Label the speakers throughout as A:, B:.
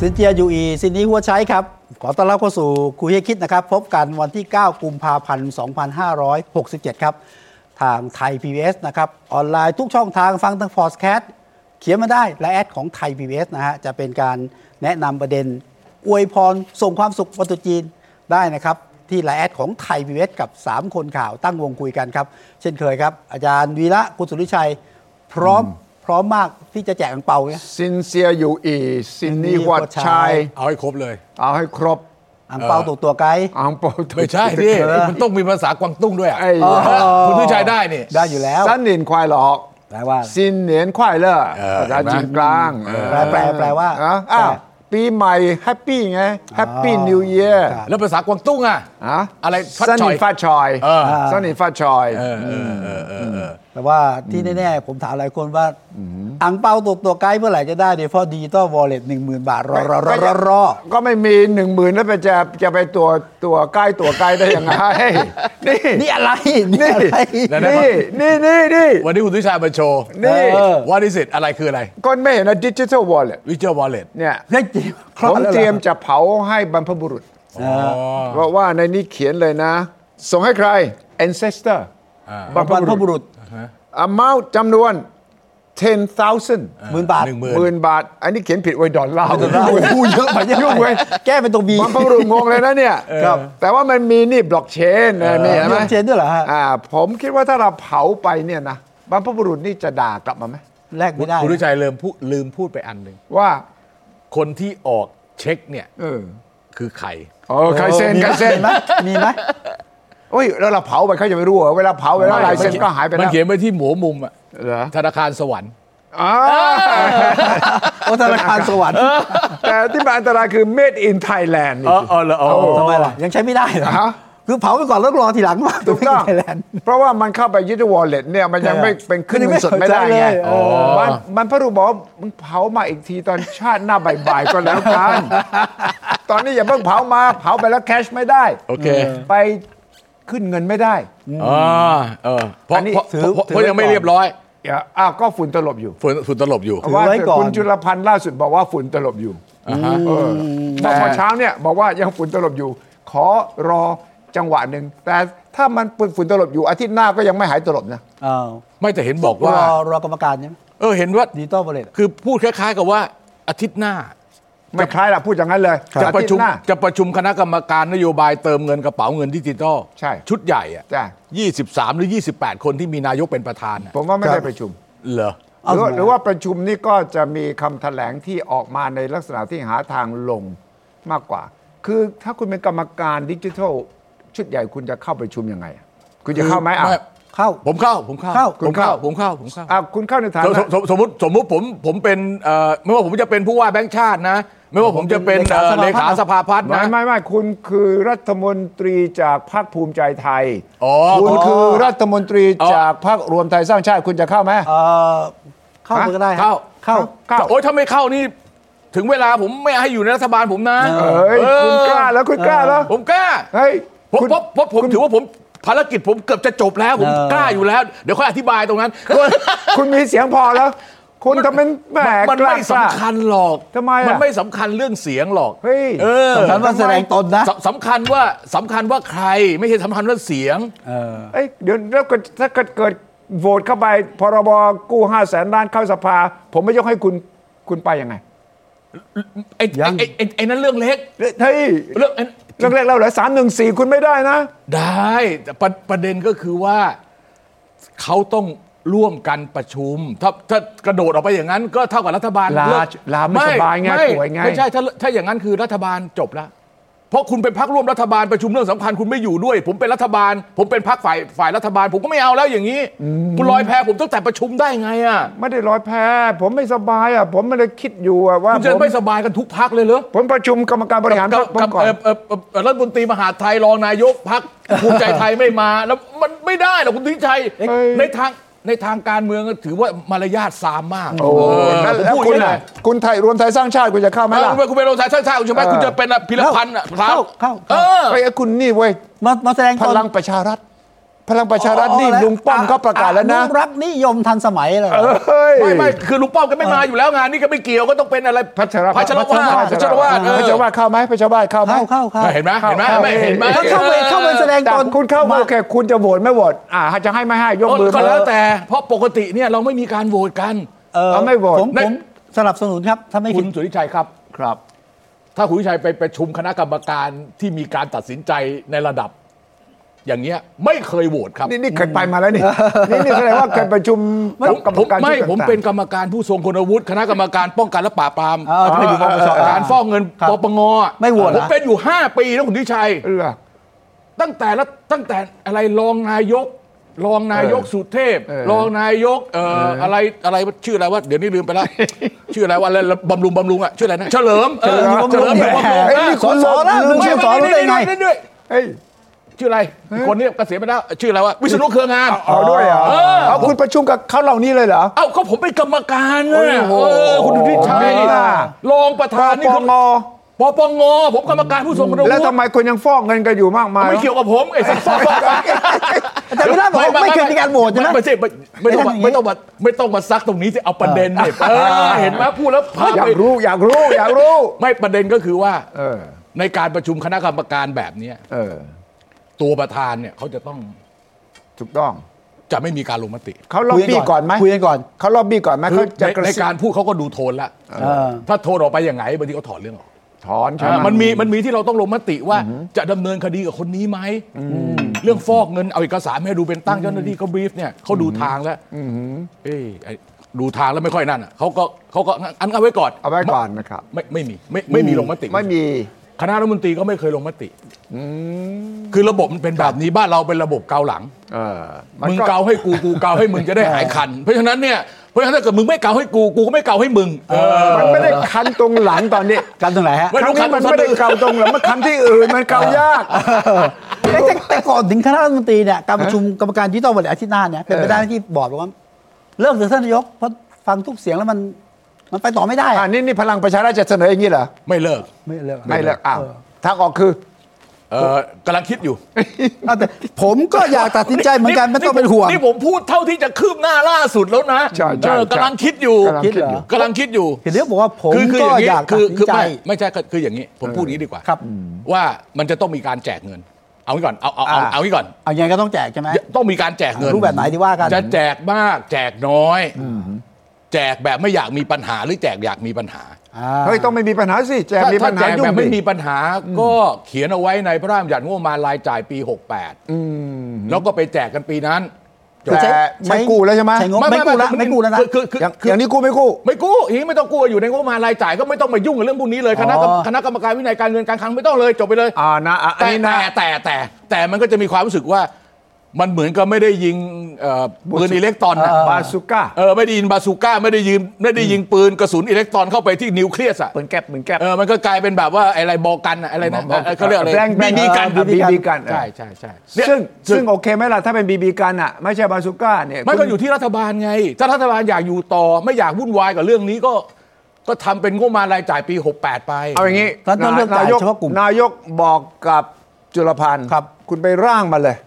A: สินเจียยูอีสินนี้หัวใช้ครับ ขอต้อนรับเข้าสู่คุยให้คิดนะครับ พบกันวันที่ 9 กุมภาพันธ์ 2567 ครับ ทางไทย PBS นะครับ ออนไลน์ทุกช่องทางฟังทั้งพอดแคสต์เขียนมาได้และแอดของไทย PBS นะฮะ จะเป็นการแนะนำประเด็น อวยพรส่งความสุขวันตรุษจีนได้นะครับ ที่ไลน์แอดของไทย PBS กับ 3 คนข่าวตั้งวงคุยกันครับ เช่นเคยครับ อาจารย์วีระคุณสุริชัย พร้อมพร้อมมากที่จะแจกอังเปาเนี่ย
B: ซินเซียอยู่อีซินนี่วัดชัย
C: เอาให้ครบเลย
B: เอาให้ครบ
A: อังเปาตกตัว ไกด์
B: อังเปาถูก
C: ไม่ใช่ ดิมันต้องมีภาษากวางตุ้งด้วยอ่ะ
B: ไอ้ยา
C: เออคุณทุชัยได้นี่
A: ได้อยู่แล้ว
B: สันหนินควายหลอก
A: แปลว่า
B: ซินเหนียนควายเลอ
C: เออ
B: ภาษาจีนกลาง
C: เออ
A: แปลแปลแปลว่า
B: อ่ะอ้าวปีใหม่แฮปปี้ไงแฮปปี้นิวเยียร์
C: แล้วภาษากวางตุ้งอ่ะอะไรฟัด
B: สันห
C: ชอ
B: นิ
C: ย
B: นฟาดชอย
C: เออ
B: สันหนินฟาดชอย
C: เออเออเออเออเออ
A: แปลว่าที่แน่ๆ ผมถามหลายคนว่า อังเปาตกตัวไกด์เมื่อไหร่จะได้เนี่ยเพราะดิจิตอลวอลเล็ตหนึ่งหมื่นบาท รอรอรอรอรอ
B: ก็ไม่มีหนึ่งหมื่นแล้วไปจะจะไปตัวตัวใกล้ตัวใกล้ได้ยังไง นี่
A: นี่อะไร นี่อะไร
B: นี่นี่นี่นี่
C: วันนี้คุณทุชัยมาโชว์
B: นี่
A: เออ
C: ว่าดิสิตอะไรคืออะไร
B: คนไม่เห็นนะดิจิทัลวอลเล็ต
C: วิเจอร์วอลเล็ต
B: เนี่ย
A: ได้จริงคลอด
B: ผม
A: แล้วหอ
B: เตรียมจะเผาให้บรรพบุรุษ
C: อ๋อ
B: เพราะว่าในนี้เขียนเลยนะ ส่งให้ใคร ancestor
A: บรรพบุรุษ
B: amount จำนวน 10,000
A: หมื่นบาท
C: หนึ่งหมื่น
B: หมื่นบาท อันนี้เขียนผิดไว้ดอลลาร์
A: โอ้โหเยอะไปเยอะ
B: ยุ่ง
A: ไป
B: เว้ย
A: แก้เป็นตัวบี
B: บรรพบุรุษงงเลยนะเนี่ย
A: ครับ
B: แต่ว่ามันมีนี่บล็อกเชนนะมีห็น
A: มี
B: ไหม
A: blockchain ด้วยเหรอฮะ
B: อ่าผมคิดว่าถ้าเราเผาไปเนี่ยนะบรรพบุรุษนี่จะด่ากลับมาไหม
A: แลกไม่ได้
C: คุณทุชัยลืมพูดลืมพูดไปอันหนึ่ง
B: ว่า
C: คนที่ออกเช็คเนี่ย
B: เออ
C: คือใคร
B: เออใครเซ็นใครเซ็น
A: มีไหมมีไหม
B: โอ้ยแล้วเราเผาไปเขาจะไม่รู้เหรอเวลาเผาไปแล้วลายเซ็นก็หายไป
C: มัน
B: แล้ว
C: เขียนไว้ที่หมูมุมอ่ะ
B: เหรอ
C: ธนาคารสวรรค์
B: อ่า
A: โอธนาคารสวรรค์
B: แต่ที่มันอันตรายคือ made in Thailand นี่
C: เออ
B: สิ
C: เออเหรอเออ
A: ทำไมล่ะ ยังใช้ไม่ได้เหรอ
B: ฮะ
A: คือเผาไปก่อนแล้วรอทีหลังมา
B: ถูกต้อง
A: ไทยแลนด์
B: เพราะว่ามันเข้าไปยึดวอลเล็ตเนี่ยมันยังไม่เป็นขึ้นเงินสดไม่ได้
A: มันยังไม่
B: ไง
A: เข้าใจเลยอ๋อ
B: มันมันพระรูบอกว่ามึงเผามาอีกทีตอนชาติหน้าบ่ายๆก็แล้วกัน ตอนนี้อย่าเพิ่งเผามาเผาไปแล้วแคชไม่ได้
C: โอเค
B: ไปขึ้นเงินไม่ได้
C: อ่าเออเพราะเพราะเพราะเพราะยังไม่เรียบร้อย
B: อย่าอ้าวก็ฝุ่นตลบอยู่
C: ฝุ่นฝุ่นตลบอยู่
A: ถือไว้ก่อน
B: คุณจุลพันธ์ล่าสุดบอกว่าฝุ่นตลบอยู่เออเมื่อเช้าเนี่ยบอกว่ายังฝุ่นตลบอยู่ ขอรอจังหวะหนึ่งแต่ถ้ามันเป็นฝุ่นตลบอยู่อาทิตย์หน้าก็ยังไม่หายตลบนะ
A: อ้าว
C: ไม่แต่เห็นบอก
A: ร
C: ว่า
A: อรอกรรมการใช่ไหม
C: เออเห็นว่า
A: ดิจิตอลวอลเล็ต
C: คือพูดคล้ายๆกับว่าอาทิตย์หน้า
B: ไม่คล้ายหรอกพูดอย่างนั้นเลย
C: จะประชุม
B: อาทิตย์หน้า
C: จะประชุมคณะกรรมการนโยบายเติมเงินกระเป๋าเงินดิจิตอล
B: ใช่
C: ชุดใหญ่อะ
B: จ้ะ
C: 23 หรือ 28 คนที่มีนายกเป็นประธานอะ
B: ผมว่าไม่
A: ครับ
B: ได้ประชุม
C: เหรอ
B: หรือว่า
A: เอาทำไม
B: หรือว่าประชุมนี่ก็จะมีคำแถลงที่ออกมาในลักษณะที่หาทางลงมากกว่า คือถ้าคุณเป็นกรรมการดิจิทัล ชุดใหญ่คุณจะเข้าประชุมยังไงอะคุณจะเข้าไหมอ่ะ
C: ไม่
A: เข้า
C: ผมเข้าผมเข้า
A: เข้า
C: ผมเข้า
B: คุณเข้า
C: ผมเข้าผมเข้า
B: อ่ะคุณเข้าในฐา
C: สม
B: นะ
C: สมสมมติสมมติผมผมเป็นเอ่อไม่ว่าผมจะเป็นผู้ว่าแบงค์ชาตินะ ไม่ว่าผมจะเป็นเอ่อ
A: เล
C: เล
A: ขา
C: ขา
A: ส
C: ส
A: ภา
C: ภา
A: พั
C: พั
A: ฒ
C: ฒ
A: น์
C: น์
B: ไม่
C: นะ
B: ไม่ไม่คุณคือรัฐมนตรีจากพรรคภูมิใจไทย
C: อ๋อ
B: คุณคือ
C: อ
B: รัฐมนตรี
C: อ๋อ
B: จากพรรครวมไทยสร้างชาติคุณจะเข้าไหม
A: เอ่อเข้า
B: ฮะ
A: มันก็ได้ฮะ
C: เข้า
A: เข้า
B: เข้า
C: โอ้ยถ้าไม่เข้านี่ ถึงเวลาผมไม่ให้อยู่ในรัฐบาลผมนะ
B: เอ้ย
C: เออ
B: คุณกล้าแล้วคุณกล้าแล้ว
C: ผมกล้า
B: เฮ้ย
C: ผม
B: คุณ
C: เพราะเพราะผมถือว่าผมภารกิจผมเกือบจะจบแล้วผม
A: เออ
C: กล้าอยู่แล้ว เดี๋ยวค่อยอธิบายตรงนั้น
B: คุณมีเสียงพอแล้ว คุณทำเป็นแหม
C: มัน
B: กล้า
C: ไม่สำ
B: กล้า
C: คัญหรอก
B: ทำไมอะ
C: มันไม่สำคัญเรื่องเสียงหรอก
B: เฮ้ย
C: เออ
A: สำคัญว่าแสดงตนนะ
C: สำสำคัญว่าสำคัญว่าใครไม่ใช่สำคัญว่าเสียง
A: เออ
B: เอ้ยเดี๋ยวแล้วก็ถ้าเกิดเกิดโหวตเข้าไปพรบกู้ห้าแสนล้านเข้าสภา ผมไม่ยกให้คุณคุณไปยังไง
C: ไอ้
A: ยั
C: ไอ้
A: ง
C: ไอ้ไอ้ไอ้นั่นเรื่องเล็ก
B: เฮ้ย
C: เรื่องไอ้
B: เรื่องแรกเราเหรอสามหนึ่งสี่คุณไม่ได้นะ
C: ได้แต่ประประเด็นก็คือว่าเขาต้องร่วมกันประชุม ถ้าถ้ากระโดดออกไปอย่างนั้น ก็เท่ากับรัฐบาล
B: ลา
C: เก
B: ลาไม่สบายไงป่วยไง
C: ไม่ใช่ถ้าถ้าอย่างนั้นคือรัฐบาลจบละ เพราะคุณเป็นพักร่วมรัฐบาลประชุมเรื่องสำคัญคุณไม่อยู่ด้วย ผมเป็นรัฐบาล ผมเป็นพักฝ่ายฝ่ายรัฐบาล ผมก็ไม่เอาแล้วอย่างนี้คุณลอยแพผมตั้งแต่ประชุมได้ไงอ่ะ
B: ไม่ได้ร้อยแพ้ ผมไม่สบายอ่ะผมไม่ได้คิดอยู่อ่ะว่า
C: คุณจะ
B: ผม
C: ไม่สบายกันทุกพักเลยเหรอ
B: ผมประชุมกรรมการบริหารพรรคผม
C: กับ
B: ก่อน
C: เอ่อเอ่อเอ่อเอ่อรัฐมนตรีมหาดไทยรองนายกพัก ภูมิใจไทยไม่มา แล้วมันไม่ได้หรอกคุณทิชัย
B: เอ้ย
C: ในทางในทางการเมืองก็ถือว่ามารยาทซามมาก
B: โอ้
C: เออ
B: นั่น
C: ผม
B: แล้ว
C: พูด
B: คุณ
C: อย่างนี้
B: น่ะ
C: เลย
B: คุณไทยรวมไทยสร้างชาติคุณจะเข้าไหม
C: เออ
B: ล่ะ
C: คุณเป็นคุณเป็นโรงสายชาติชาติใช่ไหม
B: เออ
C: คุณจะเป็นพิรพันธ์อ่ะ
A: เข้าเข้า
C: เอ
A: เข้า
C: อ
B: ไอ้ยคุณนี่เว้ย
A: มามาแสดง
B: พ
A: ตน
B: ลังประชารัฐ พลังประชารัฐนี่
A: อ๋อแว
B: ลุงป้อมก็ประกาศแล้วนะ
A: อรักษ์นิยมทันสมัยเลย
B: เฮ้ย
C: ไม่ไม่คือลุงป้อมก็ไม่มาอยู่แล้วงานนี่ก็ไม่เกี่ยวก็ต้องเป็นอะไร
B: พัชร
C: พัชรวาทพัชรวาทเออ
B: พัชรวาทเข้าไหมพัชรวาทเข้าไหม
A: เข้าเข้าเข้า
C: เห็นไหม
B: เข้า
C: เห็นไหม
B: เข้า
C: ไม่เห็นไหม
A: ถ้าเข้าไปเข้าไปแสดง
B: แต่
A: ตน
B: คุณเข้ามาโอเคคุณจะโหวตไม่โหวตอ่าจะให้ไม่ให้ยก
C: เออ
B: มือ
C: ก็
B: มา
C: แล้วแต่เพราะปกติเนี่ยเราไม่มีการโหวตกัน
A: เออ
B: เอาไม่โหวต
A: ผมผมสนับสนุนครับถ้าไม่
C: คุ
A: ผิด
C: ณสุริชัยครับ
B: ครับ
C: ถ้าคุณวิชัยไปประชุมคณะกรรมการที่มีการตัดสินใจในระดับ อย่างเงี้ยไม่เคยโหวตครับ
B: นี่นี่เคยไปมาแล้วนี่ นี่นี่แสดงว่าเคยประชุม
C: ผม
B: กับกรรม
C: ผม
B: การชุด
C: ไม่
B: ต่างๆ
C: ผมเป็นกรรมการผู้ทรงคุณวุฒิคณะกรรมการป้องกันและปราบปราม
A: เออที่ไปอยู่ปปช
C: การฟอกเงิน
A: ครับ
C: ปปงอะ
A: ไม่โหวตเหร
C: ผ
A: อ
C: มเป็นอยู่ 5 ปีนะคุณวิชัย
B: เออ
C: ตั้งแต่ละตั้งแต่อะไรรองนายก รองนายก
B: เออ
C: สุเทพ
B: เออ
C: รองนายกเอ่ออะไรอะไรชื่ออะไรวะเดี๋ยวนี้ลืมไปแล้ว ชื่ออะไรวะอะไรบำรุงบำรุงอ่ะชื่ออะไรนะเฉลิมเออ
B: เฉ
C: เฉ
B: ลิ
C: ลิ
B: ม
C: ม
B: บำรุง
C: เฉลิม
B: เอ้ยนี่
A: ส
B: คุ
A: อ
B: ณ
A: สอแล้วลืม
C: ไม่
A: ชื่อสอรู้ได้ไง
C: ม่ม่ม่ม่ม่
B: เฮ้ย
C: ชื่ออะไรคนนี้เกษียณไปแล้วชื่ออะไรวะวิศนุเครืองาม
B: เอาด้วยเหรอ
C: เออ
B: เอาคุณประชุมกับเขาเหล่านี้เลยเหรอ
C: เอ้าก็ผมเป็นกรรมการนะ
B: โอ้โห
C: เออคุณดุทิชัย
B: อ่า
C: รองประ
B: ป
C: ธานนี่
B: ป
C: คืองปปงผมกรรมการผู้ทรงคุณวุฒิ
B: แล้วทำไมคนยังฟอกเงินกันอยู่มากมาย
C: ไม่เกี่ยวกับผมไอ้สัตว์
A: อาจารย์วิราชบอกว่าไม่เคยมีการโหวตใช่ไหม
C: ไม่ใช่ไม่ไม่ต้องมาไม่ต้องมาไม่ต้องมาซักตรงนี้สิเอาประเด็นเนี่ยเออเห็นไหมพูดแล้วพลาด
B: อยา
C: ไป
B: กรู้อยากรู้อยากรู้
C: ไม่ประเด็นก็คือว่า
B: เออ
C: ในการประชุมคณะกรรมการแบบเนี้ย
B: เออ
C: ตัวประธานเนี่ยเขาจะต้อง
B: ถูกต้อง
C: จะไม่มีการลงมติ
B: เขาล็อบบี้ก่อนไหม
A: คุยกันก่อน
B: เขาล็อบบี้ก่อนไหม
C: คื
B: เขา
C: อ
B: จะ
C: ใน
B: กระ
C: ใน
B: ซิบ
C: การพูดเขาก็ดูโทนละ
A: เออ
C: ถ้าโทรออกไปอย่างไงบางทีก็ถอดเรื่องออก
B: ถอนใช่ไห
C: อ่ามันมีมันมีที่เราต้องลงมติว่าจะดำเนินคดีกับคนนี้ไหมเรื่องฟอกเงินเอาเอกสารมาให้ดูเป็นตั้งเจ้าหน้าที่ก็บรีฟเนี่ยเขาดูทางแล้วเอ้ยไอ้ดูทางแล้วไม่ค่อยนั่นอ่ะเขาก็เขาก็งั้นอันเอาไว้ก่อน
B: เอาไว้ก่อนนะครับ
C: ไม่ไม่มีไม่ไม่มีลงมติ
B: ไม่มี
C: คณะรัฐมนตรีก็ไม่เคยลงมติคือระบบมันเป็นแบบนี้บ้านเราเป็นระบบเกาหลัง
B: เออ
C: มึงเกาให้กูกูเกาให้มึ งจะได้หายคัน เพราะฉะนั้นเนี่ยเพราะฉะนั้นถ้าเกิดมึงไม่เกาให้กูกูก็ไม่เกาให้มึงเออ
B: มันไม่ได้คันตรงหลังตอนนี้
A: กันตรงไหนฮะ
C: ไม่
B: ครั้
C: รู้
B: งนี้
C: คัน
B: มัน
C: สะ
B: ไม่
C: ดื
B: ได้
C: อ
B: เกาตรงหรอกมันคันที่อื่นมันเกายาก
A: แต่แต่แต่ก่อนถึงคณะรัฐมนตรีเนี่ยการประชุมกรรมการยุติธรรมวันอาทิตย์หน้าเนี่ยเป็นไปได้ไหมที่บอร์ดบอกว่าเลิกเถอะท่านนายกเพราะฟังทุกเสียงแล้วมันมันไปต่อไม่ได้
B: อ่า
A: อะ
B: นี่นี่พลังประชารัฐจะเสนออย่างนี้เหรอ
C: ไม่เลิก
A: ไม่เลิกอะ
B: ไม่เลิกอ้าวทางออกคือ
C: เออกำลังคิดอยู่
A: เอาแต่ผมก็อยากตัดสินใจเหมือนกันไม่ต้องเป็นห่วง
C: นี่ผมพูดเท่าที่จะคืบหน้าล่าสุดแล้วนะ
B: ใช่ใช่
C: เออ
B: ใช่
C: กำลังคิดอยู่
B: กำลังคิดอยู่
C: กำลังคิดอยู่
A: เห็นเรียกบอกว่าผม
C: คือคือ
A: ก็
C: อย่างนี้
A: อยากตั
C: คื
A: ด
C: อ
A: สิน
C: คือ
A: ใจ
C: ไม่ไม่ใช่คือคืออย่างนี้ ผมพูดอย่างนี้ดีกว่า
A: ครับ
C: ว่ามันจะต้องมีการแจกเงิน เอางี้ก่อนเอาเอาเอา
B: อ่า
C: เอางี้ก่อน
A: เอายังไงก็ต้องแจกใช่ไหม
C: ต้องมีการแจกเงิน
A: รูปแบบไหนที่ว่ากัน
C: จะแจกมาก แจกน้อยแจกแบบไม่อยากมีปัญหาหรือแจกอยากมีปัญหา
A: อ่า
B: เฮ้ย ต้องไม่มีปัญหาสิแจม
C: ถ้า
B: มีปั
C: ถ้า
B: ญ
C: แจ
B: หาก ยุ่
C: แบบ
B: ง
C: ไม่
B: ดิ
C: มีปัญหาก็เขียนเอาไว้ในพระราชบัญญัติงบประมาณรายจ่ายปี 68 แล้วก็ไปแจกกันปีนั้น
A: คือใช้
B: แต่ไม่
A: ใช้
B: กู้แล้วใช่ไหม
A: ใช้งบ ไม่กู้ละไม่กู้แล้วนะ
C: คือคือคือ
B: อย่าง
C: คือ
B: อย่างนี้กู้ไม่กู้
C: ไม่กู้อย่างนี้ไม่ต้องกลัวอยู่ในงบประมาณรายจ่ายก็ไม่ต้องมายุ่งกับเรื่องพวกนี้เลยคณะกรรม
A: อ๋อ
C: คณะกรรมการวินัยการเงินการคลังไม่ต้องเลยจบไปเลย
B: อ่านะอ่ะอัน
C: แต่
B: นี้นะ
C: แต่แต่แต่แต่มันก็จะมีความรู้สึกว่ามันเหมือนกับไม่ได้ยิงเอ่อปืนอิเล็กตรอนนะ
B: บาสุก้า
C: เออไม่ได้ยินบาซูก้าไม่ได้ยิงไม่ได้ยิงปืนกระสุนอิเล็กตรอนเข้าไปที่นิวเคลียสอ่ะ
B: เหมือนแก๊บเหมือนแก๊บ
C: เออมันก็กลายเป็นแบบว่าอะไรบอกันอะอะไรนะ
B: บอกัน
C: เออเขาเรียกอะไร
B: แบล็งแบล็
C: บี
B: ง
C: บีกัน
B: บีบีกัน
C: ใช่ใช่ใช่เนี่ย
B: ซึ่งซึ่งโอเคไหมล่ะ ถ้าเป็นบีบีกันอ่ะ ไม่ใช่บาสุก้าเนี่ย
C: มัน
B: คุ
C: ก็
B: ณ
C: อยู่ที่รัฐบาลไง ถ้ารัฐบาลอยากอยู่ต่อไม่อยากวุ่นวายกับเรื่องนี้ก็ ก็ทำเป็นงบประมาณรายจ่ายปี 68 ไป
B: เอาอย่างนี้
A: ท่านต้องเลือกจ่ายเฉพาะกลุ่ม
B: นายกบอกกับจุลพันธ์
A: ครับ
B: คุณไปร่างมาเลย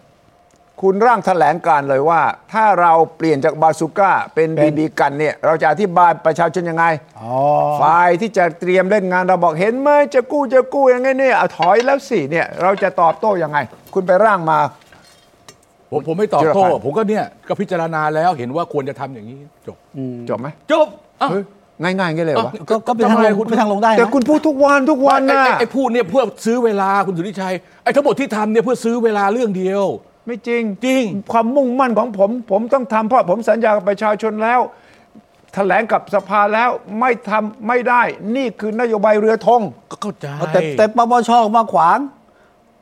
B: คุณร่างแถลงการเลยว่า ถ้าเราเปลี่ยนจากบาสุก้าเป็นบีบีกันเนี่ยเราจะอธิบายประชาชนยังไง
A: อ๋อ
B: ฝ่ายที่จะเตรียมเล่นงานเราบอกเห็นไหมจะกู้จะกู้ยังไงเนี่ยเอาถอยแล้วสิเนี่ยเราจะตอบโต้ยังไง คุณไปร่างมา
C: ผมผมไม่ตอบ
B: จิรพั
C: โต้
B: นธ์
C: ผมก็เนี่ยก็พิจารณาแล้วเห็นว่าควรจะทำอย่างนี้ จบ
B: จบไหม
C: จบเอ้า
B: เฮ้ยง่ายๆอย่างนี้เลยวะ
A: ก็ก็เป็นทางลง
C: ทำไมคุณ
A: เป็นทางลงได้
B: แต่
A: นะ
B: คุณพูดทุกวันทุกวัน
C: ไอ้
B: นะ
C: ไอ้ไอ้พูดเนี่ยเพื่อซื้อเวลาคุณสุทธิชัยไอ้ทั้งหมดที่ทำเนี่ยเพื่อซื้อเวลาเรื่องเดียว
B: ไม่จริง
C: จริง
B: ความมุ่งมั่นของผม ผมต้องทำเพราะผมสัญญากับประชาชนแล้ว แถลงกับสภาแล้วไม่ทำไม่ได้ นี่คือนโยบายเรือธง
C: ก็เข้าใจ
A: แต่แต่ปปชออกมาขวาง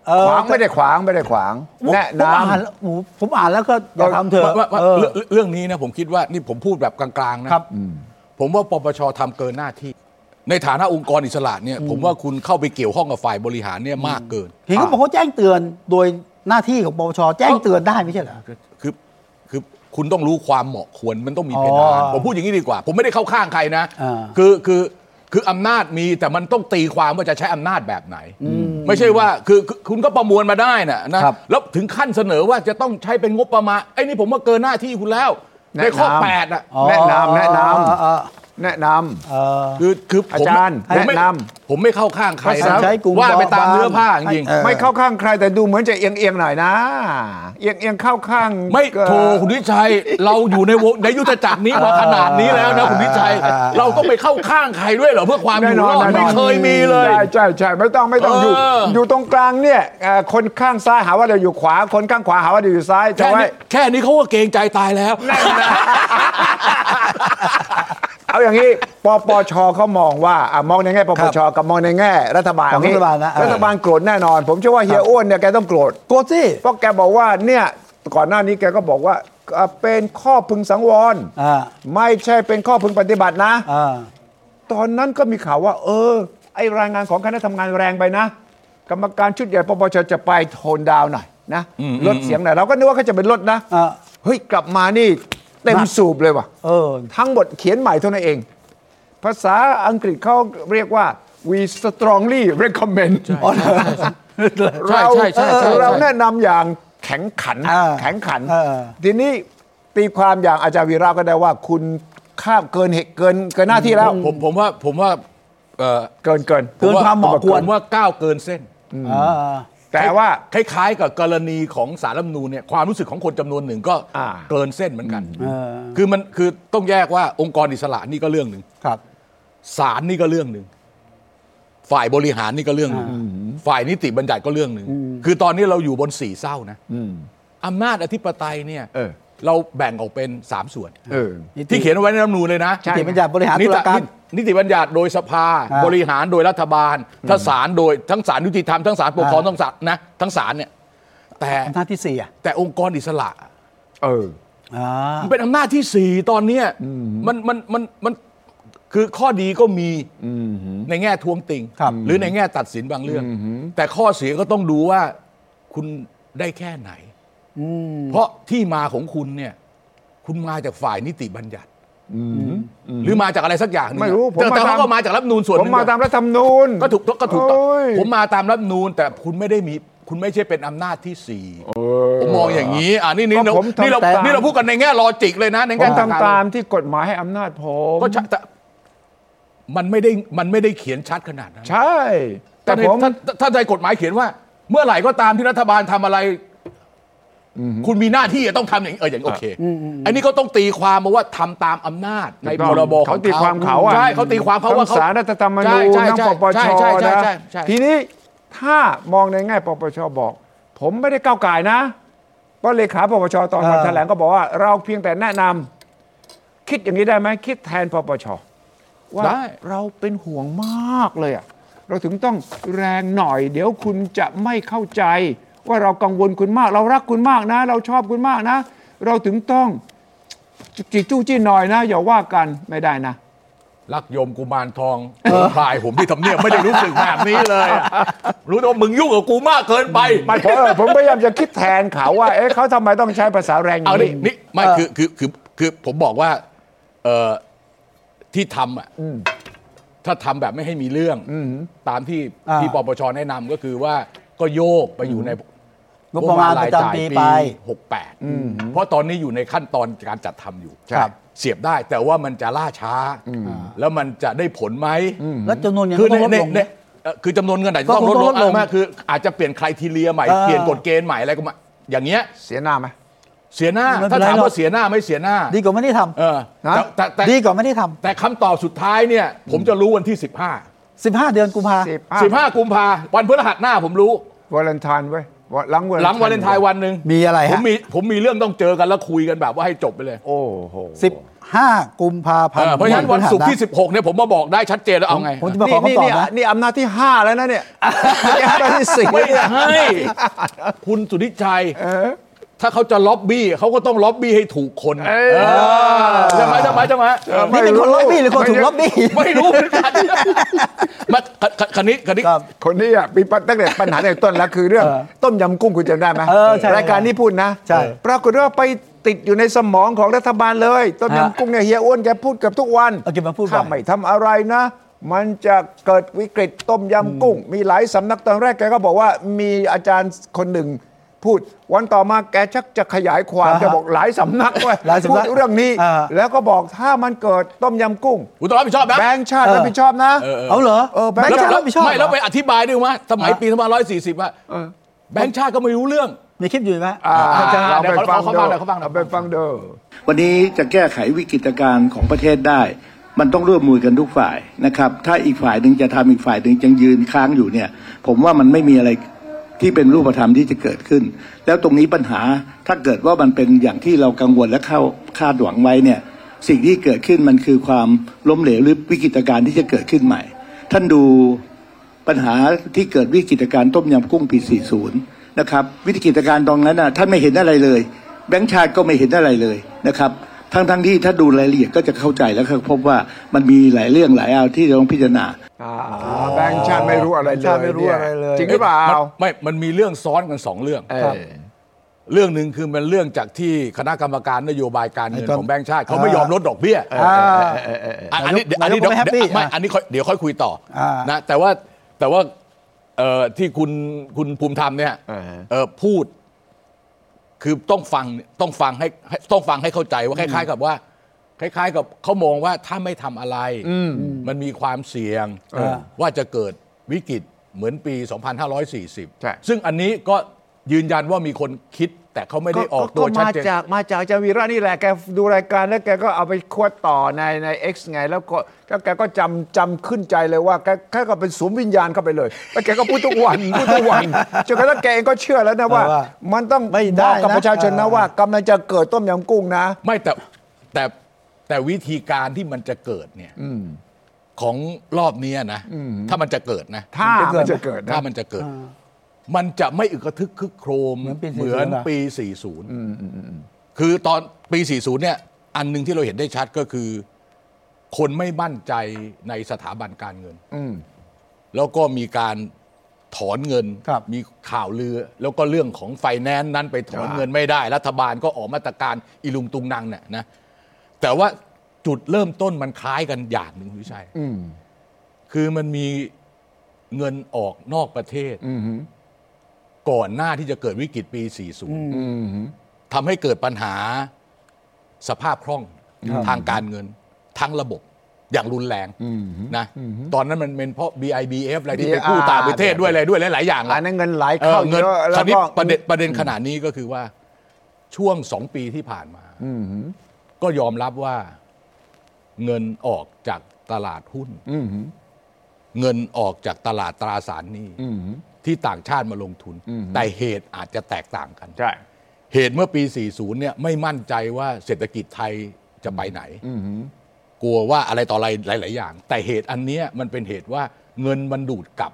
A: เอ่อ
B: ขวางไม่ได้ขวางไม่ได้ขวาง
A: ผม
B: แนะ
A: ผมอ่าน
B: นำ
A: แล้วโอ้โหผมอ่านแล้วก็อย่าทำเถอะ
C: ว่าว่า
A: เออ
C: เรื่องเรื่องนี้นะผมคิดว่านี่ผมพูดแบบกลางๆนะครับ ผมว่าปปชทำเกินหน้าที่ ในฐานะองค์กรอิสระเนี่ย ผมว่าคุณเข้าไปเกี่ยวข้องกับฝ่ายบริหารเนี่ยมากเกิน
A: เห็นเขาบอกเขาแจ้งเตือนโดยหน้าที่ของปปชแจ้งเตือนได้ไม่ใช่เหรอ
C: คือคือคุณต้องรู้ความเหมาะควรมันต้องมีเพดาน
A: อ๋อ
C: ผมพูดอย่างนี้ดีกว่า ผมไม่ได้เข้าข้างใครนะ
A: อ่า
C: คือคือคืออำนาจมีแต่มันต้องตีความว่าจะใช้อำนาจแบบไหน ไม่ใช่ว่าคือคือคุณก็ประมวลมาได้นะนะครับ แล้วถึงขั้นเสนอว่าจะต้องใช้เป็นงบประมาณไอ้นี่ผมว่าเกินหน้าที่คุณแล้ว
B: แนะนำ
C: ในข้อแปดอ่ะ
B: แนะนำแนะนำ
A: เออเออ
B: แนะน
A: เออ
C: คือคือผม
B: อาจารย์
C: ผมไม่
B: แนะนำ
C: ผมไม่เข้าข้างใคร
A: ภาษาใช้กลุ่ม
C: ว่าไปตามเนื้อผ้าจริง
A: เออ
B: ำไม่เข้าข้างใครแต่ดูเหมือนจะเอียงเอียงๆหน่อยนะ เอียงเอียงๆเข้าข้าง
C: ๆไม่โทรคุณวิชัย เราอยู่ในวงในยุทธจักรนี้มาขนาดนี้แล้วนะคุณวิชัย
A: เออ
C: เราก็ไปเข้าข้างใครด้วยเหรอเพื่อความอ
B: แน่
C: ยู่
B: น
C: ร
B: อน
C: อด
B: แน่นอน
C: ไม่เคยมีเลย
B: ใช่ใช่ใช่ไม่ต้องไม่ต้องอยู่
C: เอออ
B: อยู่ตรงกลางเนี่ยเอ่อคนข้างซ้ายหาว่าเราอยู่ขวา คนข้างขวาหาว่าเราอยู่ซ้ายจะ
C: แค่
B: ไว้
C: นี้แค่นี้เขาก็เกรงใจตายแล้ว
B: เอาอย่างนี้ ปปชเขามองว่าอ่ะมองในแง่ปปชกับมองในแง่ รัฐบาล
A: ของ
B: เองี้
A: รัฐบาลนะเออ
B: รัฐบาลโกรธแน่นอน ผมเชื่อว่าเฮียอ้วนเนี่ยแกต้องโกรธ
A: โกซี่
B: เพราะแกบอกว่าเนี่ยก่อนหน้านี้แกก็บอกว่าเอ่อเป็นข้อพึงสังวร
A: อ่า
B: ไม่ใช่เป็นข้อพึงปฏิบัตินะ
A: อ่า
B: ตอนนั้นก็มีข่าวว่า เออ ไอรายงานของคณะทำงานแรงไปนะ กรรมการชุดใหญ่ปปชจะไปโทนดาวน์หน่อยนะลดเสียงหน่อยเราก็นึกว่าเขาจะเป็นลดนะ
A: อ่า
B: เฮ้ยกลับมานี่เต็มสูบเลยว่ะ
A: เออ
B: ทั้งหมดเขียนใหม่เท่านั้นเอง ภาษาอังกฤษเขาเรียกว่า we strongly recommend
C: ใช่
B: เรา
C: ใช่ใช่ใช่
B: เราแนะนำอย่างแข็งขัน
A: อ่า
B: แข็งขัน
A: เออ
B: ทีนี้ตีความอย่างอาจารย์วีระก็ได้ว่า คุณข้ามเกินเหตุเกินเกินหน้าที่แล้ว
C: ผมผมว่าผมว่าเอ่อ
B: เกินเกิน
A: เกินความเหมาะควร
C: ผว่าก้าวเกินเส้น
A: อ่า
B: แต่ว่า
C: คล้ายๆ กับกรณีของสารรัฐธรรมนูญเนี่ยความรู้สึกของคนจำนวนหนึ่งก็
B: อ่า
C: เกินเส้นเหมือนกัน
A: เออ
C: คือมันคือต้องแยกว่าองค์กรอิสระนี่ก็เรื่องหนึ่ง
A: ครับ
C: ศาลนี่ก็เรื่องหนึ่งฝ่ายบริหารนี่ก็เรื่องหนึ่งฝ่ายนิติบัญญัติก็เรื่องหนึ่งคือตอนนี้เราอยู่บนสี่เศร้านะอำนาจอธิปไตยเนี่ย
B: เออ
C: เราแบ่งออกเป็นสามส่วน
B: เออ
C: ที่เขียนเอาไว้ในรัฐธรรมนูญเลยนะ
A: นิติบัญญัติบริหาร
C: นิ
A: ตุลาการ
C: นินิติบัญญัติโดยสภา
A: อ่า
C: บริหารโดยรัฐบาลทั้งศาลโดยทั้งศาลยุติธรรมทั้งศาลปกครอง
A: อ่า
C: ทั้งศาลนะทั้งศาลเนี่ย แต่
A: อำนาจที่สี่อ่ะ
C: แต่องค์กรอิสระ
B: เออ
A: อ่า
C: มันเป็นอำนาจที่สี่ตอนเนี้ยมันมันมันมันคือข้อดีก็มีในแง่ทวงติง
A: ครับ
C: หรือในแง่ตัดสินบางเรื่อง แต่ข้อเสียก็ต้องดูว่าคุณได้แค่ไหน
A: อืม
C: เพราะที่มาของคุณเนี่ย คุณมาจากฝ่ายนิติบัญญัติหรือมาจากอะไรสักอย่างหนึ่ง
B: ไม่รู้ผม
C: แต่แต่
B: มา
C: เขา
B: ตาม
C: ก็มาจากรัฐธรรมนูนส่วนห
B: ผม
C: นึ่ง
B: มาตามรัฐธรรมนูญ
C: ก็ถูกก็ถูกต้อง
B: โอ้ย
C: ผมมาตามรัฐธรรมนูนแต่คุณไม่ได้มี คุณไม่ใช่เป็นอำนาจที่สี่ผมมองอย่างนี้อ่านี่นี่
B: ก็
C: เรา
B: ผม
C: นี่เรา
B: ทำตาม
C: นี่เราพูดกันในแง่ลอจิกเลยนะใน
B: ผ
C: แง่
B: ม
C: ทางกร
B: ทำตามที่กฎหมายให้อำนาจผม
C: ก็ใช่แต่มันไม่ได้มันไม่ได้เขียนชัดขนาดนั้น
B: ใช่ แต่
C: ถ้า
B: ผ
C: ใน
B: ม
C: ถ้าถ้าถ้าในกฎหมายเขียนว่า เมื่อไหร่ก็ตามที่รัฐบาลทำอะไร คุณมีหน้าที่จะต้องทำอย่างนี้เอออย่างนี้โอเคอันนี้ก็ต้องตีความมาว่าทำตามอำนาจใน
B: ถูกต้
C: พ
B: อง
C: รบ
B: เขาตีความเขาอะ
C: ใช่เขาตีความเขาว่า
B: ทั้ง
C: เขา
B: สารรัฐธรรมนูญ
C: ใช่
B: ทั้ง
C: ใ
B: ปปช
C: ใ
B: นะ
C: ใใใช่ใช่
B: ทีนี้ถ้ามองในแง่ปปชบอก ผมไม่ได้ก้าวไก่ายนะเพราะเลขาปปชตอน
A: เออ
B: วันแถลงก็บอกว่า เราเพียงแต่แนะนำคิดอย่างนี้ได้ไหมคิดแทนปปชว่า
C: ได้
B: เราเป็นห่วงมากเลยอะเราถึงต้องแรงหน่อย เดี๋ยวคุณจะไม่เข้าใจ ว่าเรากังวลคุณมาก เรารักคุณมากนะ เราชอบคุณมากนะ เราถึงต้องจิกจู้จี้หน่อยนะอย่าว่ากันไม่ได้นะ
C: รักโยมกุมารทองผมพลายผมที่ทำเนียบไม่ได้รู้สึกแบบนี้เลยอะรู้แต่ว่ามึงยุ่งกับกูมากเกินไป
B: ไม่ผมเออผมพยายามจะคิดแทนเขาว่า เอ๊ะเขาทำไมต้องใช้ภาษาแรงอย่า
C: เอา
B: ง
C: นี่
B: นี้
C: นี่ไม่คือคือคือคือผมบอกว่าเออที่ทำอ่ะถ้าทำแบบไม่ให้มีเรื่องตามที่
A: อ่า
C: ที่ปปชแนะนำก็คือว่าก็โยกไปอยู่ใน
A: งบประมาณประจำปีไป
C: หกแปดเพราะตอนนี้อยู่ในขั้นตอนการจัดทำอยู่
A: ครับ
C: เสียบได้แต่ว่ามันจะล่าช้า แล้วมันจะได้ผลไหม
A: แล้วจำนวนเงิน
C: คือ
A: ก็ลด
C: ใน
A: ลง
C: ใน
A: นะ
C: เอ่อคือจำนวนเงินไหน
A: ก็
C: ต้อง
A: คง
C: ล
A: ต้องล
C: ดลง
A: ดลง
C: มากคือ อาจจะเปลี่ยนใครทีเรียใหม่
A: เออ
C: เปลี่ยนกฎเกณฑ์ใหม่อะไรก็มาอย่างเงี้ย
B: เสียหน้าไหม
C: เสียหน้า
A: ไม่เป็น
C: ถ้าถา
A: ไร
C: ม
A: หรอ
C: ว่าก เสียหน้าไม่เสียหน้า
A: ดีกว่าไม่ได้ท
C: เออ
B: นะ
C: แต่แต่
A: ำ
C: แต่
A: ดีกว่าไม่ได้ท
C: แต่คำตอบสุดท้ายเนี่ย ผมจะรู้วันที่ 15
A: ำสิบห้าเดือนกุมภา
B: สิบห้า
C: 15 กุมภาวันพฤหัสหน้าผมรู้
B: วาเลนไทน์เว้ยวันหลังวาเลน
C: หลังวาเลนไทน์วันหนึ่ง
A: มีอะไรฮะ
C: ผมมีผมมีเรื่องต้องเจอกันแล้วคุยกันแบบว่าให้จบไปเลย
B: โอ้โห
A: สิบ 15 กุมภาพัน
C: เอ
A: ธ์
C: อเพราะฉะนั้นวันศุกร์ที่
A: พฤ
C: 16เนี่ยผมมาบอกได้ชัดเจนแล้วเอาไง
A: หัสนะผมจะมาขอ
B: นี่
A: คำตอบ
B: นี่
A: นะ
B: นี่อำนาจที่ 5 แล้วนะเนี่ยนี่อำนาจที่สี่
C: ไม่ให้ คุณสุทธิชัยถ้าเขาจะล็อบบี้เขาก็ต้องล็อบบี้ให้ถูกคนใช่ไหมใช่ไหมใช่ไหม
A: นี่เป็นคนล็อบบี้หรือคนถูกล็อบบี้
C: ไม่รู้เหมือนกัน มาคคคันนี้คันนี้
A: ครับ
B: คนนี้อ่ะมีปัญตั้งแต่ปัญหาตั้งแต่ต้นแล้วคือเรื่อง ต้มยำกุ้งคุณจำได้ไหม
A: เออใช่
B: รายการนี้พูดนะ
A: ใช่
B: ปรากฏว่าไปติดอยู่ในสมองของรัฐบาลเลย ต้มยำกุ้งเนี่ยเฮียอ้วนแกพูดเกับทุกวัน
A: เอาเก็บมาพูด
B: ถ้า
A: บ่
B: ไม่
A: อย
B: ทำอะไรนะ มันจะเกิดวิกฤตต้มยำกุ้ง มีหลายสำนักตอนแรกแกก็บอกว่ามีอาจารย์คนหนึ่งพูด วันต่อมาแกชักจะขยายความ
A: อ่าฮะ
B: แกบอกหลายสำนักด้วย
A: หลายสำนัก
B: พูดเรื่องนี้
A: อ่า
B: แล้วก็บอกถ้ามันเกิดต้มยำกุ้ง
C: คุณต้องรับผิดชอบนะ
B: แบงค์ชาติรับผิดชอบนะ
A: เอาเหรอ
B: เออแบงค์
A: แบงค์ชาติ
C: แล้
A: รั
C: ว
A: บผิดชอบ
C: ไม่แล้ว
A: เหร
C: ไป
A: อ
C: อธิบายด้วยว่า สมัยปี2540ว่าแบงค์ชาติก็ไม่รู้เรื่อง
A: มีคลิปอยู่ไหม
B: อ่า
C: อาจารย์
B: เราไปฟัง
C: เดี๋ยว
B: ดู
C: เขาเขาฟังหน่อยเขาฟังหน่อย
B: เราไปฟังดู
D: วันนี้จะแก้ไขวิกฤตการณ์ของประเทศได้ มันต้องร่วมมือกันทุกฝ่ายนะครับ ถ้าอีกฝ่ายหนึ่งจะทำอีกฝ่ายหนึ่งยังยืนค้างอยู่เนี่ย ผมว่ามันไม่มีอะไรที่เป็นรูปธรรมที่จะเกิดขึ้น แล้วตรงนี้ปัญหาถ้าเกิดว่ามันเป็นอย่างที่เรากังวลและเข้าคาดหวังไว้เนี่ย สิ่งที่เกิดขึ้นมันคือความล้มเหลวหรือวิกฤตการณ์ที่จะเกิดขึ้นใหม่ ท่านดู ปัญหาที่เกิดวิกฤตการณ์ต้มยำกุ้งปี 40 นะครับ วิกฤตการณ์ตรงนั้นน่ะท่านไม่เห็นอะไรเลย แบงค์ชาติก็ไม่เห็นอะไรเลยนะครับ ทั้งทั้งๆที่ถ้าดูรายละเอียดก็จะเข้าใจแล้วก็พบว่ามันมีหลายเรื่องหลายอาวที่เราต้องพิจารณา
B: แบงค์ชาติไม่รู้อะไร
A: แบงค์
B: เลย
A: ชาติไม่รู้อะไรเลย
B: จริงหรือเปล่า
C: ไม่มันมีเรื่องซ้อนกันสองเรื่อง
B: เออ
C: เรื่องหนึ่งคือมันเรื่องจากที่คณะกรรมการนโยบายการเงิน
A: ไอ้ต้น
C: ของแบงค์ชาติเขาไม่ยอมลดดอกเบี้ย
A: อ่า
C: อ่ะอันนี้เดี๋ยวอันนี้
A: นายกก็
C: เดี๋ยว
A: ไม่แฮปปี้
C: ไม่
A: อ่ะ
C: อันนี้ค่อยเดี๋ยวค่อยคุยต่ออา นะแต่ว่าแต่ว่าเอ่อที่คุณคุณภูมิธรรมเนี่ย
B: อ่าฮะ
C: เอ่อพูด คือต้องฟังต้องฟังให้ให้ต้องฟังให้เข้าใจว่าคล้าย ๆ กับว่า คล้าย ๆ กับเขามองว่าถ้าไม่ทำอะไรมันมีความเสี่ยง
A: เออ
C: ว่าจะเกิดวิกฤตเหมือนปี
B: ใช่
C: 2540 ซึ่งอันนี้ก็ยืนยันว่ามีคนคิด แต่เขาไม่ได้ออกตัวชัดเจน
B: มาจากมาจากอาจารย์วีระนี่แหละแกดูรายการแล้วแกก็เอาไปโควดต่อในใน X ไง แล้วก็แล้วแกก็จำจำขึ้นใจเลยว่าแกแกก็เป็นสวมวิญญาณเข้าไปเลย แล้วแกก็พูดทุกวัน พูดทุกวันจนกระทั่งแกเองก็เชื่อแล้วนะว่า
A: เออว่า
B: มันต้อง
A: ไม่ได้
B: บอกกับ
A: นะ
B: ประชาชนนะ
A: เออ
B: ว่ากำลังจะเกิดต้มยำกุ้งนะ
C: ไม่แต่แต่แต่วิธีการที่มันจะเกิดเนี่ยของรอบเนี้ยนะถ้ามันจะเกิดนะ
B: ถ้ามันจะเกิดนะ
C: ถ้ามันจะเกิด มันจะไม่อึกกระทึกคึกโครม
A: เหมือนปี40
C: นปี 40 คือตอนปี 40 เนี่ย อันหนึ่งที่เราเห็นได้ชัดก็คือ คนไม่มั่นใจในสถาบันการเงิน แล้วก็มีการถอนเงิน
A: ครับ
C: มีข่าวลือ แล้วก็เรื่องของไฟแนนซ์นั้นไปถอนเงินไม่ได้ รัฐบาลก็ออกมาตรการอิลุงตุงนังเนี่ยนะ แต่ว่าจุดเริ่มต้นมันคล้ายกันอย่างหนึ่งคุณวิชัยคือมันมีเงินออกนอกประเทศก่อนหน้าที่จะเกิดวิกฤตปี 40ทำให้เกิดปัญหาสภาพคล่องทางการเงิน ทั้งระบบอย่างรุนแรงนะตอนนั้นมันเป็นเพราะ BIBF อะไรที่ไปกู้ต่างประเทศด้วยอะไรด้วยหลายๆอย่างอะ
B: อันนั้นเงินไหล
C: เอ
B: เข้า
C: อเงิน
B: เยอะ
C: ค
B: แล้
C: ราว วนี้
B: ก็
C: ประเด็นประเด็นขนาดนี้ก็คือว่าช่วงสองปีที่ผ่านมาก็ยอมรับว่าเงินออกจากตลาดหุ้นเงินออกจากตลาดตราสารหนี้ที่ต่างชาติมาลงทุน แต่เหตุอาจจะแตกต่างกัน
B: ใช่
C: เหตุเมื่อปี 40 เนี่ยไม่มั่นใจว่าเศรษฐกิจไทยจะไปไหน กลัวว่าอะไรต่ออะไรหลาย ๆ อย่าง แต่เหตุอันเนี้ยมันเป็นเหตุว่าเงินมันดูดกลับ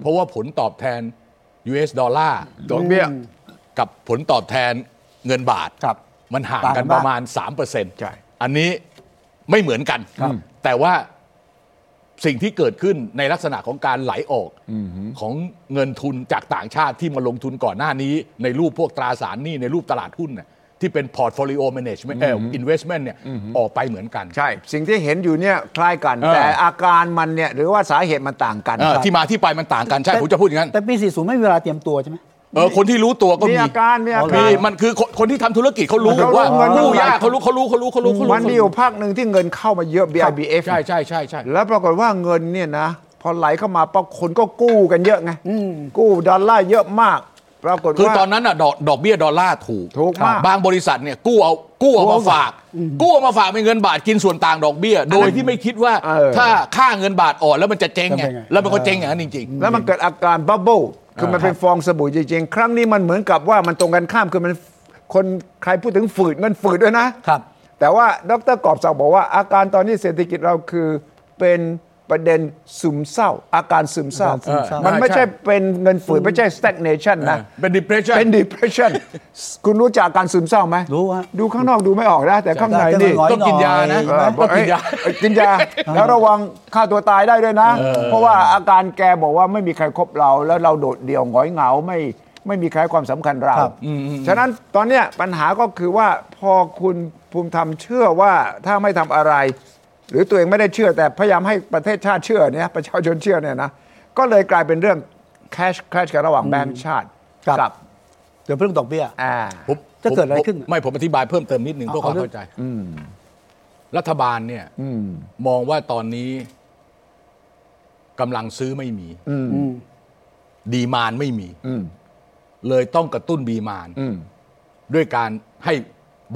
C: เพราะว่าผลตอบแทน US ดอลลาร์
B: ดอกเบี้ย
C: กับผลตอบแทนเงินบาท
A: ครับ
C: มันห่าง
A: ต่างกั
C: กัน น
A: มาก
C: ประมาณ 3%
B: ใช่
C: อันนี้ไม่เหมือนกัน แต่ว่าสิ่งที่เกิดขึ้นในลักษณะของการไหลออกของเงินทุนจากต่างชาติที่มาลงทุนก่อนหน้านี้ ในรูปพวกตราสารหนี้ในรูปตลาดหุ้นน่ะที่เป็น portfolio management เอ่อ investment เนี่ยออกไปเหมือนกัน
B: ใช่ สิ่งที่เห็นอยู่เนี่ยคล้ายกัน
C: เออ
B: แต่อาการมันเนี่ยหรือว่าสาเหตุมันต่างกัน
C: เออที่มาที่ไปมันต่างกันใช่ผมจะพูดอย่างนั้น
A: แต่ปี 40 ไม่มีเวลาเตรียมตัวใช่ไหม
C: เออคนที่รู้ตัวก็
B: มี
C: มี
B: อาการมีอาการ
C: มีมันคือคนคนที่ทำธุรกิจเขารู้
B: เขารู้
C: ว่า
B: เงิน
C: กู้ยากเขารู้เขารู้เขารู้เขารู้เขารู้
B: มันมีอยู่ภาคหนึ่งที่เงินเข้ามาเยอะ BIBF
C: ใช่ใช่ใช่ใช่
B: แล้วปรากฏว่าเงินเนี่ยนะ พอไหลเข้ามาปั๊บคนก็กู้กันเยอะไงกู้ดอลลาร์เยอะมาก ปรากฏ
C: คือ
B: ว่า
C: ตอนนั้นอ่ะดอกดอกเบี้ยดอลลาร์ถูก
B: ถูกมาก
C: บางบริษัทเนี่ยกู้เอากู้เอามาฝาก กู้เอามาฝากเป็นเงินบาทกินส่วนต่างดอกเบี้ย โดยที่ไม่คิดว่า
B: เออ
C: ถ้าค่าเงินบาทอ่อนแล้วมันจะเจ๊งไง
A: จะเป็นไง
C: แล้วมันก็เจ๊งอย่างนั้นจริง
B: แล้วมันเกิดอาการบับเบิลคือมันเป็นฟองสบู่จริงๆ ครั้งนี้มันเหมือนกับว่ามันตรงกันข้ามคือมันคนใครพูดถึงฝืดเงินฝืดด้วยนะ
A: ครับ
B: แต่ แต่ว่าดรกอบศักดิ์บอกว่า อาการตอนนี้เศรษฐกิจเราคือเป็นประเด็นซึมเศร้า อาการซึมเศร้า
A: อาการซึมเศร้ามั
B: มันไม่ใช่เป็นเงินฝืดไม่ใช่ stagnation นะ
C: เป็น depression
B: เป็น depression คุณรู้จักอาการซึมเศร้าไหม
A: รู้ฮะ
B: ดูข้างนอกดูไม่ออกนะ แต่ข้างในนี่
A: ห
C: ต้องกินยานะ
A: ใช่ไหม
C: ต้องกินยา
B: เอ้ยกินยา แล้วระวังฆ่าตัวตายได้ด้วยนะ เพราะว่าอาการแกบอกว่าไม่มีใครคบเรา แล้วเราโดดเดี่ยวหงอยเหงาไม่ไม่มีใครให้ความสำคัญเรา
A: ครับ
B: ฉะนั้นตอนเนี้ยปัญหาก็คือว่าพอคุณภูมิธรรมเชื่อว่าถ้าไม่ทำอะไร หรือตัวเองไม่ได้เชื่อแต่พยายามให้ประเทศชาติเชื่อเนี่ยประชาชนเชื่อเนี่ยนะก็เลยกลายเป็นเรื่องแคชแคชกันระหว่างแบงก์ชาติ
A: ครับ
B: กั
A: เดี๋ยวเรื่องดอกเบี้ย
B: อ่า
C: ผม
A: จะเกิดอะไรขึ้น
C: ผมไม่ผมอธิบายเพิ่มเติมนิดหนึ่ง
A: เอา
C: เพื่อความ
A: เอาเรื่อ
C: เข้า
A: ง
C: ใจรัฐบาลเนี่ยมองว่าตอนนี้กำลังซื้อไม่มีดีมานไม่มีเลยต้องกระตุ้นดีมานด้วยการให้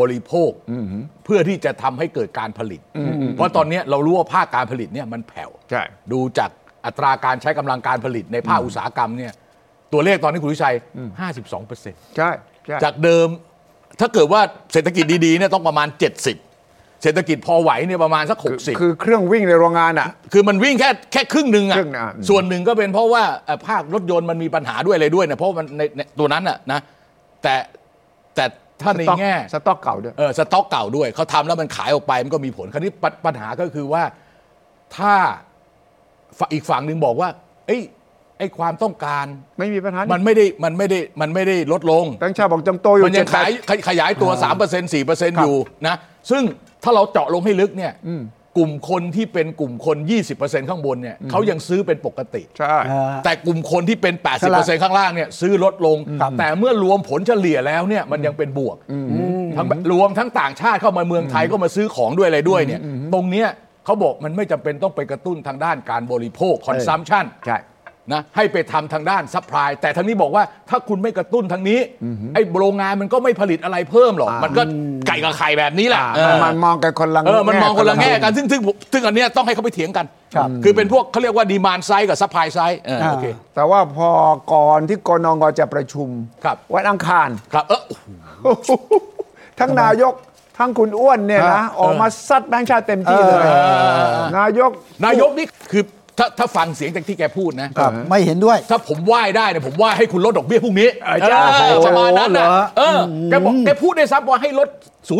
C: บริโภคเพื่อที่จะทำให้เกิดการผลิต เพราะตอนเนี้ยเรารู้ว่าภาคการผลิตเนี่ยมันแผ่ว
B: ใช่
C: ดูจากอัตราการใช้กำลังการผลิตในภาคอุตสาหกรรมเนี่ย ตัวเลขตอนนี้คุณวิชัย 52เปอร์เซ็นต
B: ใช่ใช่
C: จากเดิมถ้าเกิดว่าเศรษฐกิจดีๆเนี่ยต้องประมาณ 70 เศรษฐกิจพอไหวเนี่ยประมาณสัก 60
B: คือเครื่องวิ่งในโรงงานอ่ะ
C: คือมันวิ่งแค่แค่ครึ่งหนึ่งอะ
B: ครึ่งหนึ่งอ่ะ
C: ส่วนหนึ่งก็เป็นเพราะว่าเอ่อภาครถยนต์มันมีปัญหาด้วยอะไรด้วยนะเพราะมันในในตัวนั้นอะนะแต่แต่ถ้าในแง่
B: สต็อกเก่าด้วย
C: เออสต็อกเก่าด้วยเขาทำแล้วมันขายออกไปมันก็มีผล คราวนี้ปัญปัญหาก็คือว่าถ้าฝอีกฝั่งหนึ่งบอกว่า เอ้ยไอ้ความต้องการ
B: ไม่มีปัญหา
C: มันไม่ได้มันไม่ได้มันไม่ได้ลดลง
B: แบงค์ชาติบอกจำโตอยู่
C: มันยัง
B: เจ็ดแป
C: ขาย
B: ด
C: ขยขยายตัว 3% 4%อยู่นะ ซึ่งถ้าเราเจาะลงให้ลึกเนี่ยกลุ่มคนที่เป็นกลุ่มคน 20%ข้างบนเนี่ยเขายังซื้อเป็นปกติ
B: ใช่
A: อ่า
C: แต่กลุ่มคนที่เป็น 80%ข้างล่างเนี่ยซื้อลดลง แต่เมื่อรวมผลเฉลี่ยแล้วเนี่ยมันยังเป็นบวกทั้งรวมทั้งต่างชาติเข้ามาเมืองไทยก็มาซื้อของด้วยอะไรด้วยเนี่ยตรงเนี้ยเขาบอกมันไม่จำเป็นต้องไปกระตุ้นทางด้านการบริโภค consumption
B: ใช่
C: นะให้ไปทำทางด้านซัพพลายแต่ทางนี้บอกว่าถ้าคุณไม่กระตุ้นทางนี้ ไอ้โรงงานมันก็ไม่ผลิตอะไรเพิ่มหรอก มันก็ไก่กับไข่แบบนี้แหละเอ
B: มัน
C: อ
B: มันมองกันคนละ
C: เออมันมองคนละแง่
B: มุม
C: กันซึ่งซึ่งซึ่งอันเนี้ยต้องให้เขาไปเถียงกัน
A: ครับ
C: คือเป็นพวกเขาเรียกว่าดีมานไซด์กับซัพพลายไซด์
A: อ่า
C: โอเค
B: แต่ว่าพอก่อนที่กนงจะประชุม
C: ครับ
B: วันอังคาร
C: ครับเออโอ้โห
B: ทั้งนายกทั้งคุณอ้วนเนี่ยนะ ออกมาซัดแบงค์ชาติเต็มที่เลย นายก
C: นายกนี่คือถ้าถ้าฟังเสียงจากที่แกพูดนะ
A: ครับไม่เห็นด้วย
C: ถ้าผมไหว้ได้เนี่ยผมไหว้ให้คุณลดดอกเบี้ยพรุ่งนี้
B: เออจ้า
C: เออประมาณนั้นนะ
A: โอ้โหเหรอ
C: เออแกบอกแกพูดได้วยซ้ำว่าให้ลด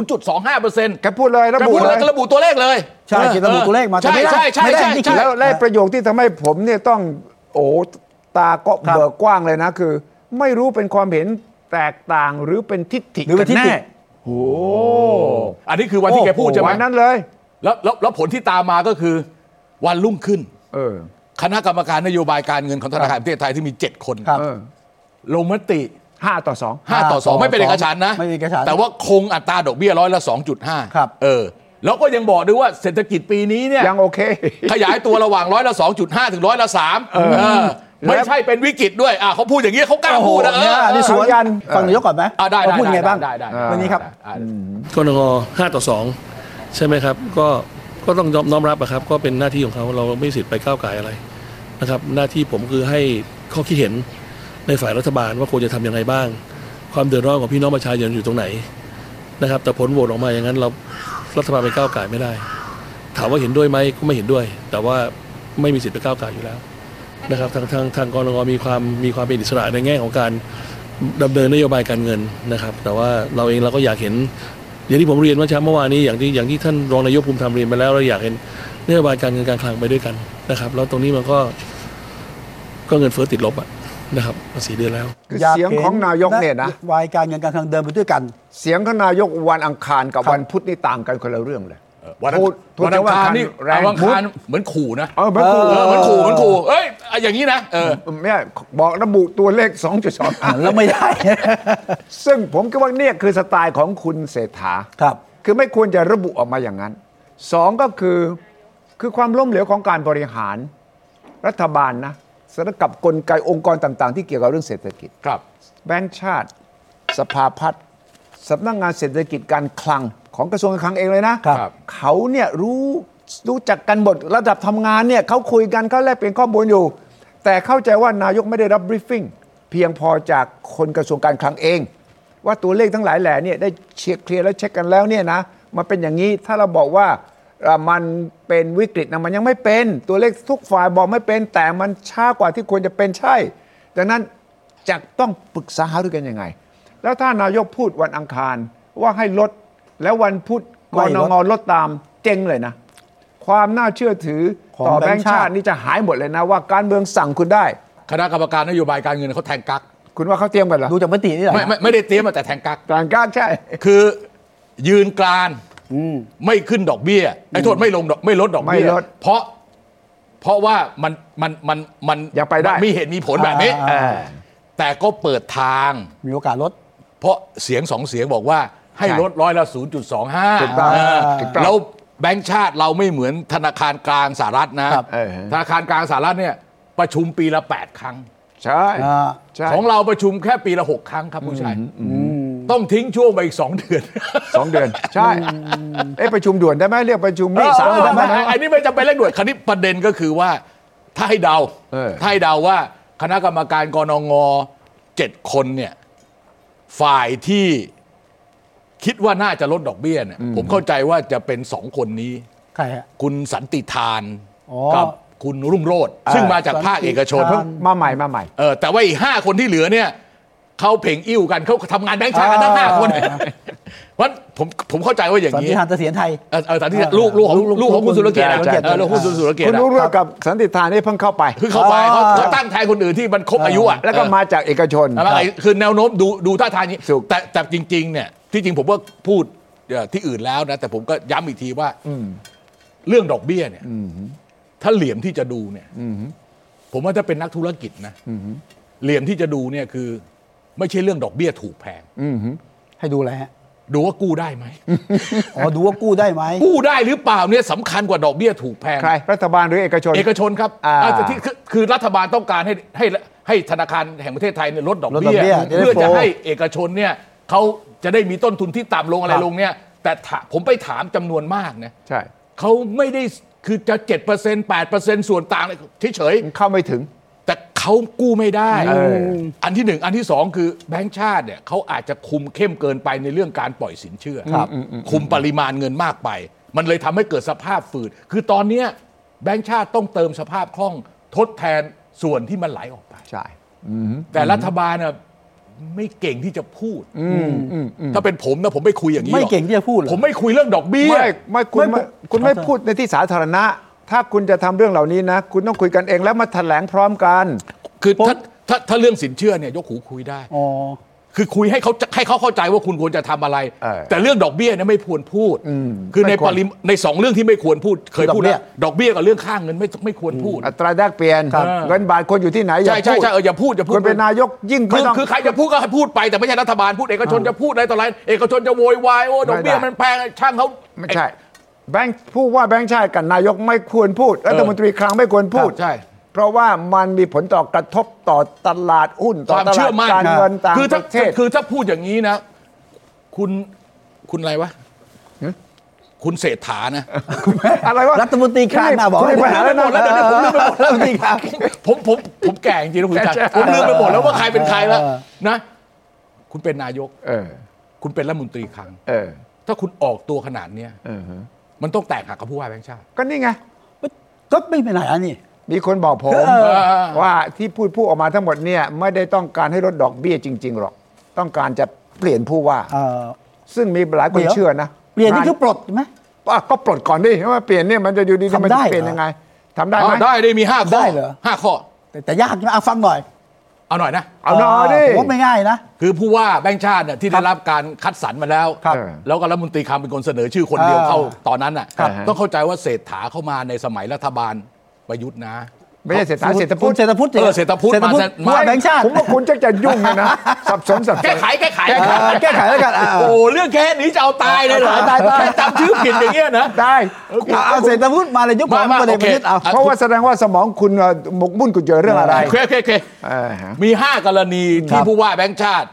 C: 0.25เปอร์เซ็นต์
B: แกพูดเลยระ
C: ระ
B: บุ
C: บุ
B: เลย
C: ระบุตัวเลขเลย
A: ใช่เขียนระบุตัวเลขมาแต่
C: ใช่
A: ไม่ได้
C: ใช่ใช่
A: ไม่ได้
C: ใช่
A: ที่เขี
C: ใช่
A: ยน
B: แล้วและประโยคที่ทำให้ผมเนี่ยต้องโอ้โหตาก็เบิกกว้างเลยนะคือ ไม่รู้เป็นความเห็นแตกต่างหรือเป็นทิฏฐิ
A: หรือเป็
B: กัน น
A: ทิฏ
B: แน่
A: ฐิ
B: โอ้
C: อันนี้คือวันที่แกพูดใช่ไหม
B: วันนั้นเลย
C: แล้วแล้วแล้วผลที่ตามมาก็คือ วันรุ่งขึ้น
B: เออ
C: คณะกรรมการนโยบายการเงินของธนาคารแห่งประเทศไทยที่มี 7 คน
A: ครับ
B: เออ
C: ลงมติ
B: ห้าต่อสอง
C: 5 ต่อ 2 ไม่เป็นเอกฉันท์นะ
A: ไม่เป็นเอกฉันท์
C: แต่ว่าคงอัตราดอกเบี้ยร้อยละ 2.5
A: ครับ
C: เออ แล้วก็ยังบอกด้วยว่าเศรษฐกิจปีนี้เนี่ย
B: ยังโอเค
C: ขยายตัวระหว่างร้อยละ 2.5 ถึงร้อยละ3เออไม่ใช่เป็นวิกฤตด้วยอ่ะเขาพูดอย่างนี้เขากล้าพูดนะเอ
A: เนี่ย
C: อ
A: นี่สวน
B: เอายัน
A: ฟังนายกก่อนไหม
C: อ่ะได้
A: ว่า
C: ได้
A: พูดยังไงบ้าง
C: ด้ด้ด้
A: วันนี้ครับ
C: อ่ะ
E: กนง5ต่อ 2 ใช่ไหมครับ ก็ก็ต้องยอมน้อมรับอะครับ ก็เป็นหน้าที่ของเขาเราไม่มีสิทธิ์ไปก้าวไก่ายอะไรนะครับ หน้าที่ผมคือให้ข้อคิดเห็นในฝ่ายรัฐบาลว่าควรจะทำยังไงบ้าง ความเดือดร้อนของพี่น้องประชาชนอยู่ตรงไหนนะครับ แต่ผลโหวตออกมาอย่างนั้นเรารัฐบาลไปก้าวไก่ายไม่ได้ ถามว่าเห็นด้วยไหมก็ไม่เห็นด้วย แต่ว่าไม่มีสิทธิ์ไปก้าวไก่ายอยู่แล้วนะครับทางทางทางกรงมีความมีความเป็นอิสระในแง่ของการ ดำเนินนโยบายการเงินนะครับ แต่ว่าเราเองเราก็อยากเห็น อย่างที่ผมเรียนเมื่อเช้าเมื่อวานนี้อย่างที่อย่างที่ท่านรองนายกภูมิธรรมเรียนไปแล้วเราอยากเห็นนโยบายการเงินการคลังไปด้วยกันนะครับ แล้วตรงนี้มันก็ก็เงินเฟ้อติดลบอะนะครับมาสี่เดือนแล้ว
B: คือเสียงของนายกเนี่ยนะ
A: วายการเงินการคลังเดินไปด้วยกัน
B: เสียงของนายกวันอังคารกับวันพุธนี่ต่างกันคนละเรื่องเลย
C: วันอัง
B: พูดพูด
C: วันอังคา
B: ถึง
C: ร
B: ว่า
C: นี่
B: แรง
C: วันอัง
B: พูด
C: คารเหมือนขู่นะ
B: เออมันคือ
C: เออเหมือนขู่เหมือนขู่เอ้ยอย่างนี้นะเออ
B: เนี่ยบอกระบุตัวเลข 2.2
A: แล้วไม่ได้
B: ซึ่งผมคิดว่าเนี่ยคือสไตล์ของคุณเศรษฐา
A: ครับ
B: คือไม่ควรจะระบุออกมาอย่างนั้นสองก็คือคือความล้มเหลวของการบริหารรัฐบาลนะสำหรับกับกลไกองค์กรต่าง ๆ ที่เกี่ยวกับเรื่องเศรษฐกิจ
C: ครับ
B: แบงก์ชาติ สภาพัฒน์สำนักงานเศรษฐกิจการคลังของกระทรวงการคลังเองเลยนะครับ เขาเนี่ยรู้รู้จักกันหมดระดับทำงานเนี่ยเขาคุยกันเขาแลกเปลี่ยนข้อมูลอยู่ แต่เข้าใจว่านายกไม่ได้รับบรีฟฟิ้งเพียงพอจากคนกระทรวงการคลังเอง ว่าตัวเลขทั้งหลายแหล่เนี่ยได้เช็คเคลียร์และเช็คกันแล้วเนี่ยนะ มันเป็นอย่างนี้ถ้าเราบอกว่าเอ่อมันเป็นวิกฤตนะมันยังไม่เป็น ตัวเลขทุกฝ่ายบอกไม่เป็น แต่มันช้ากว่าที่ควรจะเป็นใช่ ดังนั้นจะต้องปรึกษาหารือกันยังไง แล้วถ้านายกพูดวันอังคารว่าให้ลดแล้ววันพุธก
A: ไม่
B: น
A: ลด
B: งลดตามเจ๊งเลยนะ ความน่าเชื่อถือ
A: ของ
B: ต่อ
A: แบ
B: แบ
A: ง
B: ง
A: ค์
B: ค์
A: ชา
B: ชา
A: ติ
B: ตินี่จะหายหมดเลยนะว่าการเมืองสั่งคุณได้
C: คณะกรรมการนโยบายการเงินเขาแทงกัก
B: คุณว่าเขาเตรียมกันเหรอ
A: ดูจากมตินี่แหละ
C: ไม่ไม่ไม่ได้เตรียมมาแต่แทงกัก
B: การกล้าใช่
C: คือยืนกลาน
A: อืม
C: ไม่ขึ้นดอกเบี้ยไอ้โทษไม่ลงดอกไม่ลดดอกเบี้ย
B: ไม่ลด
C: เพราะเพราะว่ามันมันมันมัน
B: ยังไปได้
C: มันมีเหตุมีผลแบบนี้
A: อ่า
B: เออ
C: แต่ก็เปิดทาง
A: มีโอกาสลด
C: เพราะเสียงสองเสียงบอกว่าให้
B: ใช่
C: ลดร้อยละ 0.25
B: ถูกต้อง
C: เออ
B: ถูกต้อง
C: แล้วแบงก์ชาติเราไม่เหมือนธนาคารกลางสหรัฐนะ
A: ครับ
B: เออ
C: ธนาคารกลางสหรัฐเนี่ยประชุมปีละ 8 ครั้ง
B: ใช่
A: อ่า
B: ใช่
C: ของเราประชุมแค่ปีละ 6 ครั้งครับผู้ชาย
A: อืม
C: ต้องทิ้งช่วงไปอีก 2 เดือน
B: สองเดือน ใช่ เอ้ยประชุมด่วนได้ไหมเรียกประชุมนี่สามเดือนได้ไหม
C: อันนี้ไม่จำเป็นเร่งด่วนคันนี้ประเด็นก็คือว่าถ้าให้เดา
B: เออ
C: ถ้าให้เดาว่าคณะกรรมการกนงเจ็ดคนเนี่ยฝ่ายที่คิดว่าน่าจะลดดอกเบี้ยเนี่ยผมเข้าใจว่าจะเป็นสองคนนี้
A: ใครฮะ
C: คุณสันติทาน
A: อ๋อ
C: กับคุณรุ่งโรธซึ่งมาจากภาคเอกชน
A: สันติธ
B: เพิ่งมาใหม่มาใหม่
C: เออแต่ว่าอีกห้าคนที่เหลือเนี่ยเขาเพ่งอิ่วกันเขาทำงานแบงค์ชาติกันทั้งห้าคน
A: อ่า
C: เพราะฉะนั้นผมผมเข้าใจว่าอย่าง
A: สัน
C: นี้
A: ติธานเสถียรไทย
C: เออเออสันติธานลูกลูกของลูกของคุณสุรเกียรติอะ
A: สุรเกียรติ
C: เออลูกของคุณสุรเกียร
B: คุณ
C: ติอะ
B: รู้เรื่องกับสันติธานนี่เพิ่งเข้าไป
C: คือเขาไปเขา
A: อ่า
C: เขาตั้งแทนคนอื่นที่มันครบอายุอ่ะ
B: แล้วก็
C: เออ
B: มาจากเอกชน
C: อะไรคือแนวโน้มดูดูท่าทางอย่างนี้
B: ถูก
C: แต่แต่จริงๆเนี่ยที่จริงผมก็พูดเอ่อที่อื่นแล้วนะ แต่ผมก็ย้ำอีกทีว่าเรื่องดอกเบี้ยเนี่ยถ้าเหลี่ยมที่จะดูเนี่ยผมว่าถ้าเป็นนักธุรกิจนะเหลี่ยมที่จะดูเนี่ยคือ ไม่ใช่เรื่องดอกเบี้ยถูกแพง
A: ให้ดูอะไรฮะ
C: ดูว่ากู้ได้ไหม
A: อ๋อ ดูว่ากู้ได้ไหม
C: กู้ได้หรือเปล่าเนี่ยสำคัญกว่าดอกเบี้ยถูกแพง
B: ใคร รัฐบาลหรือเอกชน
C: เอกชนครับ
B: อ่า
C: อ่าแต่ที่คือคือรัฐบาลต้องการให้ให้ให้ธนาคารแห่งประเทศไทยเนี่ยลดดอก
A: ลดด
C: เบี้
A: อกเบี้ยจะได้
C: ยเพื่อจะ
A: โฟลว์
C: ให้เอกชนเนี่ยเขาจะได้มีต้นทุนที่ต่ำลงอะไร
A: ครับ
C: ลงเนี่ย แต่ถาผมไปถามจำนวนมากนะ
B: ใช่
C: เขาไม่ได้คือจะ 7% 8%ส่วนต่างเลยเฉย
B: เข้าไม่ถึง
C: ๆแต่เขากู้ไม่ได้
B: เออ
C: อันที่หนึ่งอันที่สองคือแบงก์ชาติเนี่ยเขาอาจจะคุมเข้มเกินไปในเรื่องการปล่อยสินเชื่อ
A: ครับ
C: คุมปริมาณเงินมากไป มันเลยทำให้เกิดสภาพฝืด คือตอนเนี้ยแบงก์ชาติต้องเติมสภาพคล่องทดแทนส่วนที่มันไหลออกไป
B: ใช่
C: แต่รัฐบาลน่ะไม่เก่งที่จะพูดถ้าเป็นผมนะผมไม่คุยอย่างนี้หร
A: ไม่
C: อ
A: เก่งที่จะพูดเหรอ
C: ผมไม่คุยเรื่องดอกเบี้ย
B: ไม่ไม่คุณไม่คุณไม่พูดในที่สาธารณะ ถ้าคุณจะทำเรื่องเหล่านี้นะ คุณต้องคุยกันเองแล้วมาแถลงพร้อมกัน
C: คือถ้าถ้าถ้าเรื่องสินเชื่อเนี่ยยกหูคุยได้
A: อ๋อ
C: คือคุยให้เขาให้เขาเข้าใจว่าคุณควรจะทำอะไร
B: เออ
C: แต่เรื่องดอกเบี้ยเนี่ยไม่ควรพูด คือใน
B: ไม่ควร
C: ปริมในสองเรื่องที่ไม่ควรพูด เคยพูดแล้วดอกเบี้ยกับเรื่องค่าเงินไม่ไม่ควรพูด
B: อัตราแลกเปลี่ยน
C: ครับ
B: เงินบาทคนอยู่ที่ไหนอย่า
C: ใช่
B: พูด
C: ใช่ใช่เอออย่าพูดอย่าพูด
B: คนเป็นนายกยิ่ง
C: คื
B: ไม่
C: อ
B: ต้อง
C: คือใครจะพูดก็ให้พูดไปแต่ไม่ใช่รัฐบาลพูดเอกชนจะพูดอะไรต่ออะไรเอกชนจะโวยวายโอ้ดอกเบี้ย
B: ไม่ได้
C: มันแพงช่างเขา
B: ไม่ใช่ แบงค์ผู้ว่าแบงค์ชาติกับนายกไม่ควรพูดรัฐมนตรีคลังไม่ควรพูด
C: ใช่
B: เพราะว่ามันมีผลต่อกระทบต่อตลาดหุ้น
C: ค
B: ต่อ
C: วาม
B: ต
C: เชื่
B: ลา
C: อ
B: ด
C: มั่น
B: การเงินต่าง
C: คือ
B: ป
C: ถ้า
B: ระเทศ
C: คือถ้าพูดอย่างนี้นะ คุณคุณอะไรวะ
B: ฮะ
C: คุณเศรษฐานะ
B: อะไรวะ
A: รัฐมนตรีคลังน่ะบอก
B: คุณมีปัญหาแล้วนะ
C: แล้วเดี๋ยวผมลืมไปหมด
A: แล้วดีครับ
C: ผมผมผมแก่จริงๆนะคุณจัน
B: ใช่
C: ผมลืมไปหมดแล้วว่าใครเป็นใครแล้ว
A: เออ
C: นะ คุณเป็นนายก
B: เออ
C: คุณเป็นรัฐมนตรีคลัง
B: เออ
C: ถ้าคุณออกตัวขนาดเนี้ย
B: เออฮะ
C: มันต้องแตกหักกับผู้ว่าแบงค์ชาติ
B: ก็นี่ไง
A: ก็ไม่เป็นไรอันนี้
B: มีคนบอกผม
A: เออ
B: ว่าที่พูดพูดออกมาทั้งหมดเนี่ยไม่ได้ต้องการให้ลดดอกเบี้ยจริง ๆ หรอก ต้องการจะเปลี่ยนผู้ว่า
A: เอ่อ
B: ซึ่งมีหลายคนเชื่อนะ
A: เปลี่ยนนี่คือปลดใช่ไหม
B: อ่ะก็ปลดก่อนดิว่าเปลี่ยนเนี่ยมันจะอยู่ดีๆ
A: ทำ
B: มัน
A: ได้
B: จะ
A: เหรอ
B: เปลี่ยนยังไงทำได้ไหม
C: อ้าวได้ได้มีห้าข้อ
A: ได้เหรอ
C: ห้าข้อ
A: แต่แต่ยากใช่ไหมเอาฟังหน่อย
C: เอาหน่อยนะ
B: เอาหน่อยดิ
A: ผมว่าไม่ง่ายนะ
C: คือผู้ว่าแบงค์ชาติเนี่ยที่ได้รับการคัดสรรมาแล้ว
B: ครับ
C: แล้วก็รัฐมนตรีคำเป็นคนเสนอชื่อคนเดียว
A: อ่า
C: เข้าตอนนั้นน่ะ
B: ครับ
C: ต้องเข้าใจว่าเศรษฐาเข้ามาในสมัยรัฐบาลประยุทธ์นะ
B: ไม่ใช่เศรษฐาเศรษฐ
A: คุ
B: พุท
A: ณ
B: ธ
A: เศรษฐพุทธ
C: เออเศรษฐพุทธ
A: เศรษฐพุทธ
C: มา
A: ผู้ว่าแบงค์ชาติ
B: ผมว่าคุณจะจะยุ่งเลยนะ สับสนสับส
C: แก้
B: น
C: ไขแก้ไข
B: แก้ไข
A: เออแก้ไขแล้วกันอ่ะ
C: โอ้โหเรื่องแค่นี้จะเอาตายเลยเหรอ
A: ตายตาย
C: แค่จำชื่อผิดอย่างเงี้ยนะ
B: ได้
A: เอาเอาเศรษฐพุทธมาเลยยกของ
C: มามา
A: ประเด็น
C: โอ
A: ป
C: เค
A: ระเทศเอา
C: อ่ะ
B: เพราะว่าแสดงว่าสมองคุณเอ่อหมกมุ่นกุญเจอเรื่องอะไร
C: โอเคโอเคโอเค
B: เออฮะ
C: มี 5 กรณีที่ผู้ว่าแบงค์ชาติ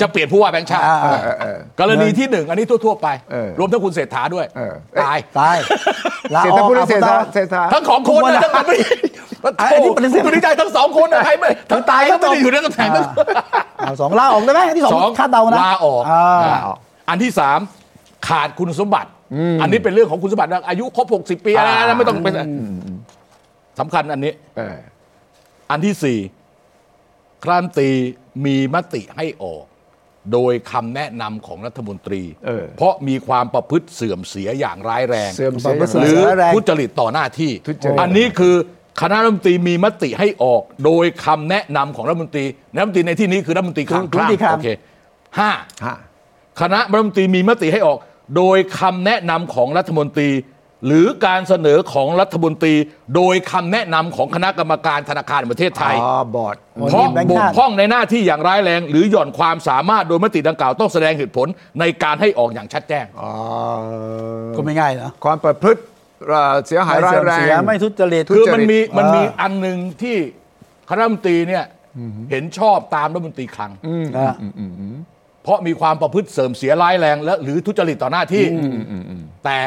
C: จะเปลี่ยนผู้ว่าแบงค์ชาติ
A: อ่าอ่า
C: เออเออกรณีที่หนึ่งอันนี้ทั่ว ๆ ไป
B: เออ
C: รวมทั้งคุณเศรษฐาด้วย
B: เออเอ๊ะ
C: ตาย
A: ตายลา
B: เศรษ
A: อ
B: ฐ
A: อก
B: พุทธ
A: เอา
B: เศรษฐา
A: เอา
B: เศรษฐา
C: ทั้งของคนนะทั้งไม่
A: อ่ะอันนี้ปฏิเสธ
C: คุณวิจัยทั้งสองคนนะใครไม่ทั้งตายก็ไม่ได้อยู่ในตำแหน่งทั้ง
A: เอาสองลาออกได้ไหมที่สองคาดเดานะ
C: ลาออก
A: อ่า
C: อ่าอันที่สามขาดคุณสมบัติ อันนี้เป็นเรื่องของคุณสมบัติว่าอายุครบ 60 ปีอะไรนะไม่ต้องไปสำคัญอันนี้
F: เออ
C: อันที่สี่ครานตีมีมติให้ออก โดยคำแนะนำของรัฐมนตรี เพราะมีความประพฤติเสื่อมเสียอย่างร้ายแรง
F: เสื่อมเสีย
A: ประเสริ
C: ห
A: ฐ
C: รือ
A: แง
C: ทุจริตต่อหน้าที่
F: ทุจริต
C: อันนี้คือคณะรัฐมนตรีมีมติให้ออก โดยคำแนะนำของรัฐมนตรีรัฐมนตรีในที่นี้คือรัฐมนตรีคลัง
A: คือรัฐมนตรีคลัง
C: โอเคห้า
F: ฮะ
C: คณะรัฐมนตรีมีมติให้ออก โดยคำแนะนำของรัฐมนตรี หรือการเสนอของรัฐมนตรี โดยคำแนะนำของคณะกรรมการธนาคารแห่งประเทศไทย
B: อ๋อบอร์ด
C: เพราะ
A: แบงค์
C: บก
A: ชาติ
C: พร่องในหน้าที่อย่างร้ายแรง หรือหย่อนความสามารถโดยมติดังกล่าวต้องแสดงเหตุผลในการให้ออกอย่างชัดแจ้ง
B: อ๋อ
A: ก็ไม่ง่ายเหรอ
B: ความประพฤติเอ่อเสียหายร้าย
A: ไม่เสื่อม
B: แรง
A: เสียไม่ทุจริต
C: คือมันมีมันมี
A: อ่า
C: อันหนึ่งที่คณะรัฐมนตรีเนี่ยเห็นชอบตามรัฐมนตรีคลัง
A: อ่า
C: เพราะมีความประพฤติเสริมเสียร้ายแรงและหรือทุจริตต่อหน้าที่ แต่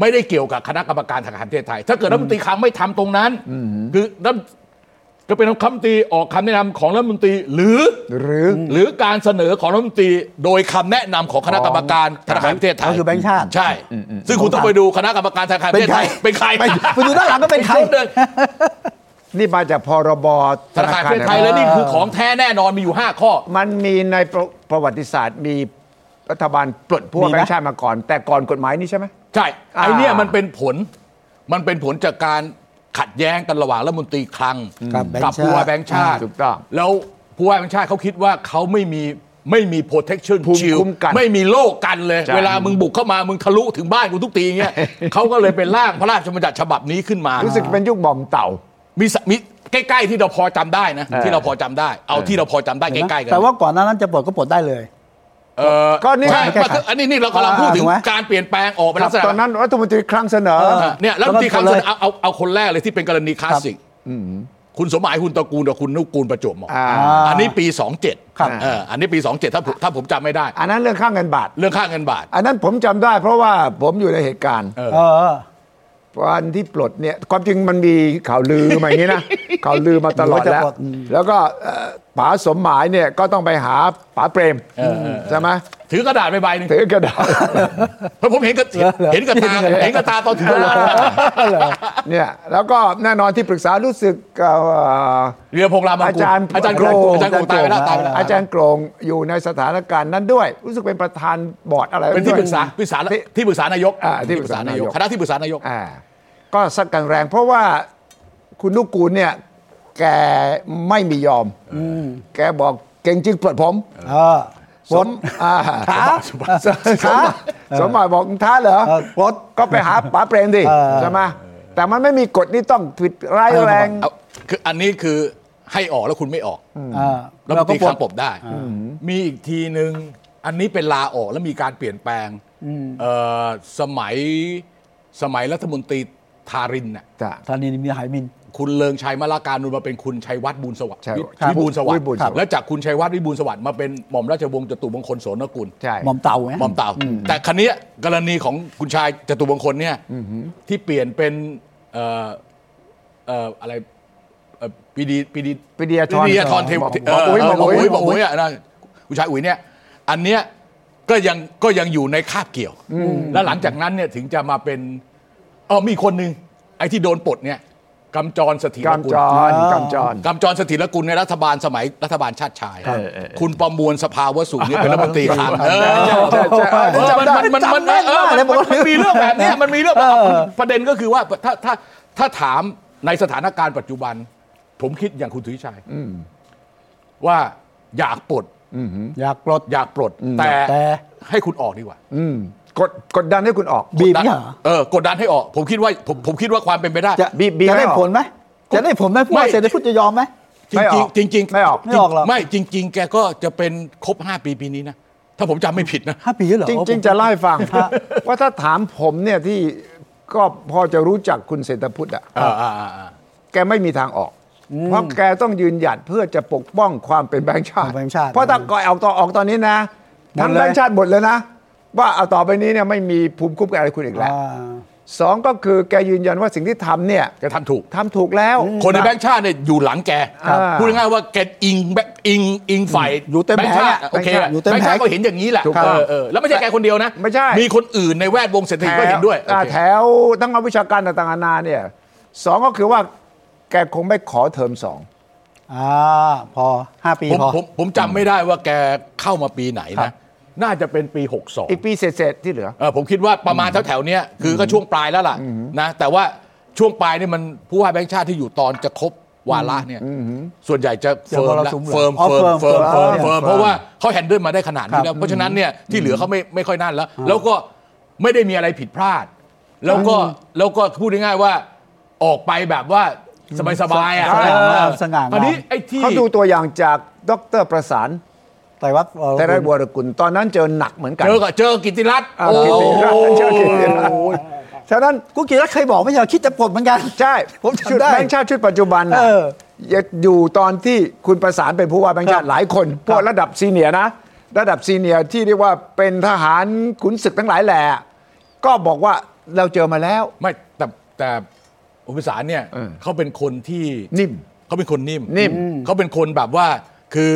C: ไม่ได้เกี่ยวกับคณะกรรมการทางการประเทศไทย ถ้าเกิดรัฐมนตรีคลังไม่ทำตรงนั้น คือรัฐก็เป็นคำตีออกคำแนะนำของรัฐมนตรีหรือ
B: หรือ
C: หรือการเสนอของรัฐมนตรีโดยคำแนะนำของคณะกรรมการธนาคารแห่งประเทศไทย
A: ก็คือแบงค์ชาติ
C: ใช่ ซึ่งคุณต้องไปดูคณะกรรมการธนาคารแห่งประเทศไทยเป็นใคร
A: เป็นใครไปดูด้านหลังก็เป็นใคร
C: ชุดหง
B: นี่มาจากพรบ
C: ธนาคารแห่งประเทศไทยและนี่คือของแท้แน่นอนมีอยู่ 5 ข้อ
B: มันมีในประประวัติศาสตร์มีรัฐบาลปลดพว
A: มี
B: ก
A: ไหม
B: แบงค์ชาติมาก่อน แต่ก่อนกฎหมายนี่ใช่ไหม
C: ใช่
B: อ่า
C: ไอเนี่ยมันเป็นผลมันเป็นผลจากการขัดแย้งกันระหว่างรัฐมนตรีคลัง
A: กับ
C: กัผู้ว่าแบ
A: แบ
C: ง
A: งค์
C: ค์ชา
A: ชาติ
C: ติ แล้วผู้ว่าแบงค์ชาติเขาคิดว่าเขาไม่มีไม่มี protection
B: ภูมิ
C: shield
B: คุ้มกัน
C: ไม่มีโล่กันเลย
B: ใช่
C: เวลามึงบุกเข้ามามึงทะลุถึงบ้านกูทุกทีเงี้ย เขาก็เลยเป็นร่างพระราชบัญญัติฉบับนี้ขึ้นมา
B: รู้สึกเป็นยุคบอมเต่า
C: มีสมีใกล้ๆที่เราพอจำได้นะ ที่เราพอจำได้ เอาที่เราพอจำได้ใกล้ๆกัน
A: แต่ว่าก่อนหน้านั้นจะปลดก็ปลดได้เลย
C: เออ
B: ก็นี่
C: ใช่
A: แก้ไข
C: ก็คืออันนี้นี่เรากำลังพูดถึง
A: อ่าถูกไหม
C: การเปลี่ยนแปลงออกเป็นลักษณะ
B: ตอนนั้นรัฐมนตรีคลังเสนอ
A: เออ
C: เนี่ยแล้วที่ครั้งสุดเอาเอาเอาคนแรกเลยที่เป็นกรณีคลาสสิกคุณสมหมายคุณตระกูลกับคุณนุกูลประจวบเหมาะ
B: อ่า
C: อันนี้ปี 27
A: ครับ
C: เอออันนี้ปี 27 ถ้าผมถ้าผมจำไม่ได้
B: อันนั้นเรื่องข้างเงินบาท
C: เรื่องค่าเงินบาท
B: อันนั้นผมจำได้เพราะว่าผมอยู่ในเหตุการณ์
C: เออ
A: เออ
B: วันที่ปลดเนี่ยความจริงมันมีข่าวลือมาอย่างนี้ นะ ข่าวลือมาตลอด
A: ว่าจะ
B: แล้ว
A: ปลดอืม
B: แล้วก็เอ่อป๋าสมหมายเนี่ยก็ต้องไปหาป๋าเปรม
C: เออเออ
B: ใช่ไหม
C: ถือกระดาษไปใบหนึง
B: ถือกระดาษ
C: เพราะผมเห็นกระเห็นกระตาเห็นกระตาตอนถือกระดาษ
B: เนี่ยแล้วก็แน่นอนที่ปรึกษารู้สึกเอ่อ
C: เรือพงราม
B: อาจารย์
C: อาจารย์โกรงอาจารย์โกรงตายไปแล้วตายไปแล้ว
B: อาจารย์โกรงอยู่ในสถานการณ์นั้นด้วย รู้สึกเป็นประธานบอร์ดอะไร
C: เป็นที่
B: ด้วย
C: ปรึกษาปรึกษา
B: ที่
C: ที่ปรึกษานายก
B: อ่าที่ปรึกษานายก
C: คณะที่ปรึกษานายก
B: อ่าก็สักกันแรง เพราะว่าคุณนุกูลเนี่ยแกไม่มียอม แกบอกเก่งจริงเปิดผม
A: เออ
B: สมอ่า
A: ท้า
B: สมสมสมสมหมายบอกท้าเหรอ
A: เออปลด
B: ก็ไปหาป๋าเปรมดิ
A: เออ
B: ใช่ไหมแต่มันไม่มีกฎนี่ต้องผิดร้ายแรง
C: เอาคืออันนี้คือให้ออกแล้วคุณไม่ออก
A: เออ
C: แล้ว
A: เรา
C: ก็
A: ก็
C: ตี
A: ปล
C: คา
A: ด
C: งปบได้ มีอีกทีหนึ่งอันนี้เป็นลาออกแล้วมีการเปลี่ยนแปลงเอ่อสมัยสมัยรัฐมนตรีทารินน่ะ
A: ธานีมีหายมิน
C: คุณเลิงชัยมราการนุนมาเป็นคุณชัยวัฒน์บูญสวัสดิ์
B: ใช่
C: วิ
B: ครับ
C: วิบูลย์สวัส
B: วิ
C: ดิ์
B: บูลย์สวัสดิ์
C: แล้วจากคุณชัยวัฒน์วิบูลย์สวัสดิ์มาเป็นหม่อมราชวงศ์จตุมงคลโสนกุล
B: ใช่
A: หม่อมเต่าไง
C: หม่อมเต่า แต่คันนี้ยกรณีของคุณชายจตุมงคลเนี่ยที่เปลี่ยนเป็นเอ่อเอ่ออะไรเอ่อปีดีปีดี
B: ปดีอาท
C: ทอ
B: ร
C: นทอนเทว
B: บอก
C: เอ
B: บอก
C: อ
B: อุ้ยบบ ออุ้
C: เอออก กอุ้
B: ย
C: ยบอกอุ้ยอ่ะนะผู้ชายอุ้ยเนี่ย อันเนี้ยก็ยังก็ยังอยู่ในคาบเกี่ยว แล้วหลังจากนั้นเนี่ยถึงจะมาเป็นเออมีคนหนึ่งไอ้ที่โดนปลดเนี่ยกำจรสถิร
B: กำ
C: กุ
B: จ
C: ล
B: รกำจร
C: กำจรสถิรกุลในรัฐบาลสมัยรัฐบาลชาติชาย คุณประมวลสภาวสุขเนี่ยเป็นรัฐมนตรีคลังเออ
B: ใช่ใช่ใช่เออ
C: เออ
B: จำ
C: มัน
B: ได้
C: มันมันมัน
A: จำได้
C: เออมัน
A: เลยผมว่ามั
C: มันมีเรื่องแบบเนี้ยมันมีเรื่องแบบประเด็นก็คือว่าถ้าถ้าถ้าถามในสถานการณ์ปัจจุบัน ผมคิดอย่างคุณถุยชัย ว่าอยากปลด
A: อยากปลด
C: อยากปลด แต่
A: แต่
C: ให้คุณออกดีกว่า
B: อืมกดกดดันให้คุณออก
A: บีบเนี่ยเหรอ
C: เออกดดันให้ออก ผมคิดว่าผมผมคิดว่าความเป็นไปได้
A: จะ
B: บีบบีบ
A: จะได้
B: ให้ออก
A: ผลไหมจะได้ผลไหมผู้ว่า
C: ไม่
A: เศรษฐพุทธจะยอมไหม
C: จริง
B: ไม่ออก
C: จริงๆจริงๆ
B: ไม่ออก
A: ไม่ออกหรอก
C: ไม่จริง ๆ แกก็จะเป็นครบ 5 ปีปีนี้นะ ถ้าผมจำไม่ผิดนะ
A: ห้าปีเหรอ
B: จริง ๆ จะเล่าให้ ฟัง
A: ฮะ
B: ว่าถ้าถามผมเนี่ยที่ก็พอจะรู้จักคุณเศรษฐพุทธอ่ะ
C: อ่าอ่าอ่าอ่า
B: แกไม่มีทางออก เพราะแกต้องยืนหยัดเพื่อจะปกป้องความเป็นแบงค์ชาติ
A: ของแบงค์ชาติ
B: เพราะถ้าก่อยออกต่อออกตอนนี้นะ
A: หมดเลย
B: ทั้งแบงค์ชาติหมดเลยนะ ว่าเอาต่อไปนี้เนี่ยไม่มีภูมิคุ้มกันอะไรคุณอีกแล้ว
A: อ่า
B: สองก็คือแกยืนยันว่าสิ่งที่ทำเนี่ย
C: แกทำถูก
B: ทำถูกแล้ว
C: คนในแบงค์ชาติเนี่ยอยู่หลังแก
B: ครับ
C: พูดง่ายๆว่าแกอิงแบงค์อิงอิงฝ่าย
A: อยู่เต็ม
C: แบงค์ชาติ
A: แผงอะ
C: โอเคอะ
A: อยู่เต็ม
C: แบงค์ชาติ
A: แผง
C: ก็เห็นอย่างนี้แหละ
B: ถูกต้อง
C: เออเออแล้วไม่ใช่แกคนเดียวนะ
B: ไม่ใช่
C: มีคนอื่นในแวดวงเศรษฐกิจก็เห็นด้วย
B: แถอ่า
C: โอเค
B: แถวทั้งนักวิชาการต่างๆนานาเนี่ยสองก็คือว่าแกคงไม่ขอเทอมสอง
A: อ่าพอ 5 ปี
C: ผม
A: พอ
C: ผมผมจำไม่ได้ว่าแกเข้ามาปีไหน
B: ครั
C: นะ
B: บ
C: น่าจะเป็นปี 62
B: อีกปีเศษๆที่เหลือ
C: เออผมคิดว่าประมาณแถวๆเนี้ยคือก็ช่วงปลายแล้วล่ะนะแต่ว่าช่วงปลายเนี่ยมันผู้ว่าแบงค์ชาติที่อยู่ตอนจะครบวาระเนี่ยส่วนใหญ่จะ
A: จะ
C: เฟิร์ม
A: มร
C: ละ
A: สุมเหรอ
C: เฟิร์ม
A: อ๋อ
C: เฟิร์ม
A: เฟิ
C: เฟิ
A: ร์
C: ร์
A: ม
C: ม
A: เฟิ
C: เฟิ
A: ร์
C: ร์
A: ม
C: ม
A: เฟิร์ม
C: เฟิร์มเพราะว่าเขาแฮนเดิลมาได้ขนาดนี้แล้วเพราะฉะนั้นเนี่ยที่เหลือเขาไม่ไม่ค่อยนั่นแล้ว แล้วก็ไม่ได้มีอะไรผิดพลาด แล้วก็แล้วก็พูดง่ายๆว่าออกไปแบบว่าสบายๆอ่ะ
A: สง่างาม
C: เออ
A: สง่างาม
C: ครวนี้ไอ้ที่
B: เขาดูตัวอย่างจากดรประสาน
A: แต่ว่าเอ่อ
B: แต่ได้บัวรกุลตอนนั้นเจอหนักเหมือนกัน
C: เจอกับเจอกิติรัตน์
B: อ่า
C: โอ้
B: กิติรัตน์เจอกิติรัตน์
C: โอ้ย
B: ฉะนั้น
A: กูกีรัตน์เคยบอกไม่ใช่เหรอคิดจะปลดเหมือนกัน
B: ใช่
A: ผมจำ
B: ชุด
A: ได้
B: แบงค์ชาติชุดปัจจุบันน่ะ
A: เออ
B: อยู่ตอนที่คุณประสานเป็นผู้ว่าแบงค์ชาติหลายคนพวกระดับซีเนียร์นะ ระดับซีเนียร์ที่เรียกว่าเป็นทหารขุนศึกทั้งหลายแหล่ก็บอกว่าเราเจอมาแล้ว
C: ไม่แต่แต่อุปสารเนี่ย
B: เออ
C: เขาเป็นคนที่
B: นิ่ม
C: เขาเป็นคนนิ่ม
B: นิ่ม
C: เขาเป็นคนแบบว่าคือ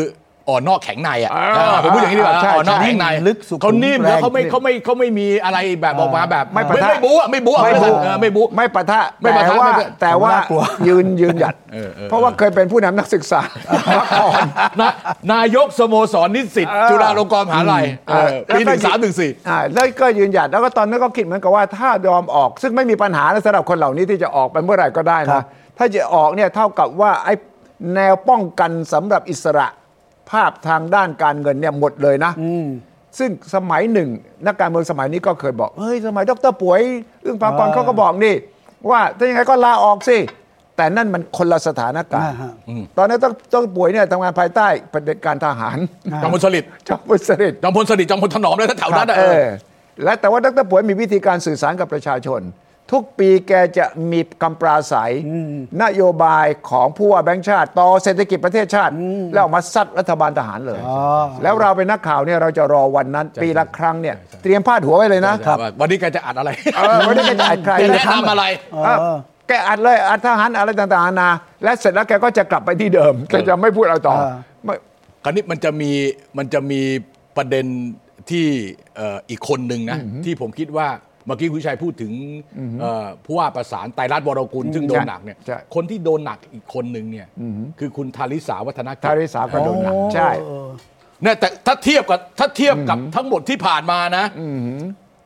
C: อ่อนนอกแข็งในอ่ะ
B: อ่า
C: เออผมพูดอย่างนี้ดีกว่า
B: ใช่
C: อ่อนนอก
B: ใช่
C: แข็งใน
A: ลึกสุขุม
C: เขานิ่มแล้วเขาไม่
A: แรง
C: เขาไม่เขาไม่มีอะไรแบบออกมาแบบ
B: ไม่ปะทะ
C: ไม่บู๊อะไม่บู๊อะ
B: ไม่
C: ไม่บู๊
B: บู
C: อะเออไม่บู๊
B: ไม่ปะทะ
C: ไม่ปะ
B: แต่
C: ทะ
B: ว่า
C: ไม่ปะ
B: แต่ว่า
A: น่ากลัว
B: ยืนยืนหยัด
C: เออเออ
B: เพราะว่าเคยเป็นผู้นำนักศึกษามาก่อน
C: นะนายกสโมสรนิสิต
B: เออ
C: จุฬาลงกรณ์มหาลัยเออ
B: เออ
C: ปีห
B: แล้วก็
C: นึ่งสามหนึ่งสี่
B: อ่าแล้วก็ยืนหยัดแล้วก็ตอนนั้นก็คิดเหมือนกับว่าถ้ายอมออก ซึ่งไม่มีปัญหานะสำหรับคนเหล่านี้ที่จะออกไปเมื่อไหร่ก็ได้
A: ครั
B: นะ
A: บ
B: ถ้าจะออกเนี่ยเท่ากับว่าไอ้แนวป้องกันสำหรับอิสระภาพทางด้านการเงินเนี่ยหมดเลยนะ ซึ่งสมัยหนึ่งนักการเมืองสมัยนี้ก็เคยบอกเฮ้ยสมัยดรป่วยอึ้งปาปอนเขาก็บอกนี่ ว่าถ้ายังไงก็ลาออกสิ แต่นั่นมันคนละสถานการณ์
A: อ่าฮะ
B: ตอนนั้นต้องต้องป่วยเนี่ยทำงานภายใต้เผด็จการทหาร
C: จอมพลสฤษดิ์
B: จอมพลสฤษดิ์
C: จอมพลสฤษดิ์จอมพลถนอมแล้วแถวๆนั้นอะ
B: เอ
C: เออ
B: อและแต่ว่าดรป่วยมีวิธีการสื่อสารกับประชาชน ทุกปีแกจะมีคำปราศัย นโยบายของผู้ว่าแบงค์ชาติ ต่อเศรษฐกิจประเทศชาติ แล้วออกมาซัดรัฐบาลทหารเลย
A: อ๋อ
B: แล้วเราเป็นนักข่าวเนี่ยเราจะรอวันนั้น ปีละครั้งเนี่ยเตรียมพาดหัวไว้เลยนะ
C: ว่าวันนี้แกจะอัดอะไร
B: เออไม่ได้แกจะอัดใคร
C: จะ
B: นะ
C: แนะนำอะไร
B: เออแกอัดเลยอัดทหารอะไรต่างๆนานาและเสร็จแล้วแกก็จะกลับไปที่เดิมแกจะไม่พูดเอาต่อ
A: เออ
B: ไม่
C: คราวนี้มันจะมีมันจะมีประเด็นที่เอ่ออีกคนหนึ่งนะ ที่ผมคิดว่าเมื่อกี้คุณชัยพูดถึงเอ่อผู้ว่าประสานไตรรัตน์วรกุลซึ่งโดนหนักเนี่ย
B: ใช่
C: คนที่โดนหนักอีกคนหนึ่งเนี่ยคือคุณธาริสาวัฒนกิจ
B: ทาริสาก็โดนหนักใช่
C: เนี่ยแต่ถ้าเทียบกับถ้าเทียบกับทั้งหมดที่ผ่านมานะ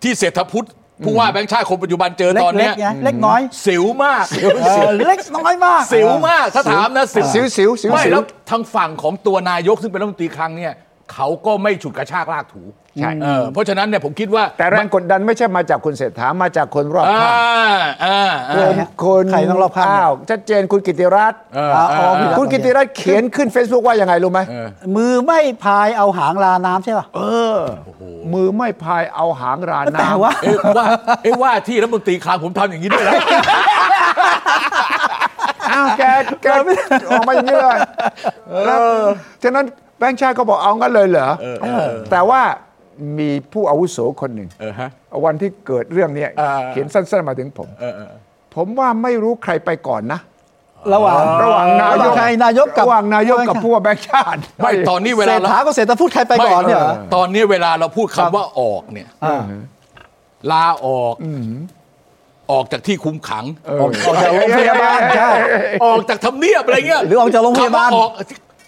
C: ที่เศรษฐพุทธผู้ว่าแบงค์ชาติคนปัจจุบันเจอ
A: เล็ก
C: ตอน
A: เล็
C: เนี้
A: ก
C: ย
A: ไงเล็กน้อย
C: สิวมาก
A: เออเล็กน้อยมาก
C: สิวมากถ้าถามนะสิว
B: สิวสิวสิว
C: ไม่
B: สิว
C: แล้วทางฝั่งของตัวนายกซึ่งเป็นรัฐมนตรีครั้งเนี่ยเขาก็ไม่ฉุดกระชากลากถู
B: ใช่
C: เออเพราะฉะนั้นเนี่ยผมคิดว่า
B: แต่แรงกดดันไม่ใช่มาจากคุณเศรษฐามาจากคนรอบ
C: อ่า
B: ข้าง
C: อ่าอ่า
B: คุณคุณ
A: ใครต้องรอบข้างเนี่ย
B: วชัดเจนคุณกิติรัตน์
C: เออ
A: อ่า
C: เอ
A: อ๋อ
C: อ
A: มีหลั
B: คุณกิติรัตน์เขียนขึ้น Facebook ว่ายังไงรู้ไหม
C: เออ
A: มือไม่พายเอาหางลาน้ำใช่ป่ะ
B: เออ มือไม่พายเอาหางราน้ำ
A: แต่ว่า
C: เอ๊ะว่าเอ๊ะว่าที่รัฐมนตรีคลังผมทำอย่างนี้ด้วยนะ
B: อ้าวแกแกออกมาอย่างนี้เลยแล้วฉะนั้นแบงค์ชาติก็บอกเอางั้นเลยเหรอแต่ว่ามีผู้อาวุโสคนหนึ่ง
C: เออฮะ
B: วันที่เกิดเรื่องเนี้ย
C: เออ
B: เขียนสั้นๆมาถึงผม
C: เออเออ
B: ผมว่าไม่รู้ใครไปก่อนนะ
A: ระหว่าง
B: ระหว่างนายก
A: ใครนายกกับ
B: ระหว่างนายกกับผู้ว่าแบงค์ชาติ
C: ไม่ตอนนี้เว
A: เศร
C: ลา
A: ษฐาก็เศรษฐพูดใครไป
C: ไม่
A: ก่อนเนี่ยเหรอ
C: ตอนนี้เวลาเราพูดคำว่าออกเนี่ยลาออกออกจากที่คุมขัง
A: ออกจากโรงพยาบาลใช่
C: ออกจากทำเนียบอะไรเงี้ย
A: หรือออกจากโรงพยาบาล
C: คำว่ออก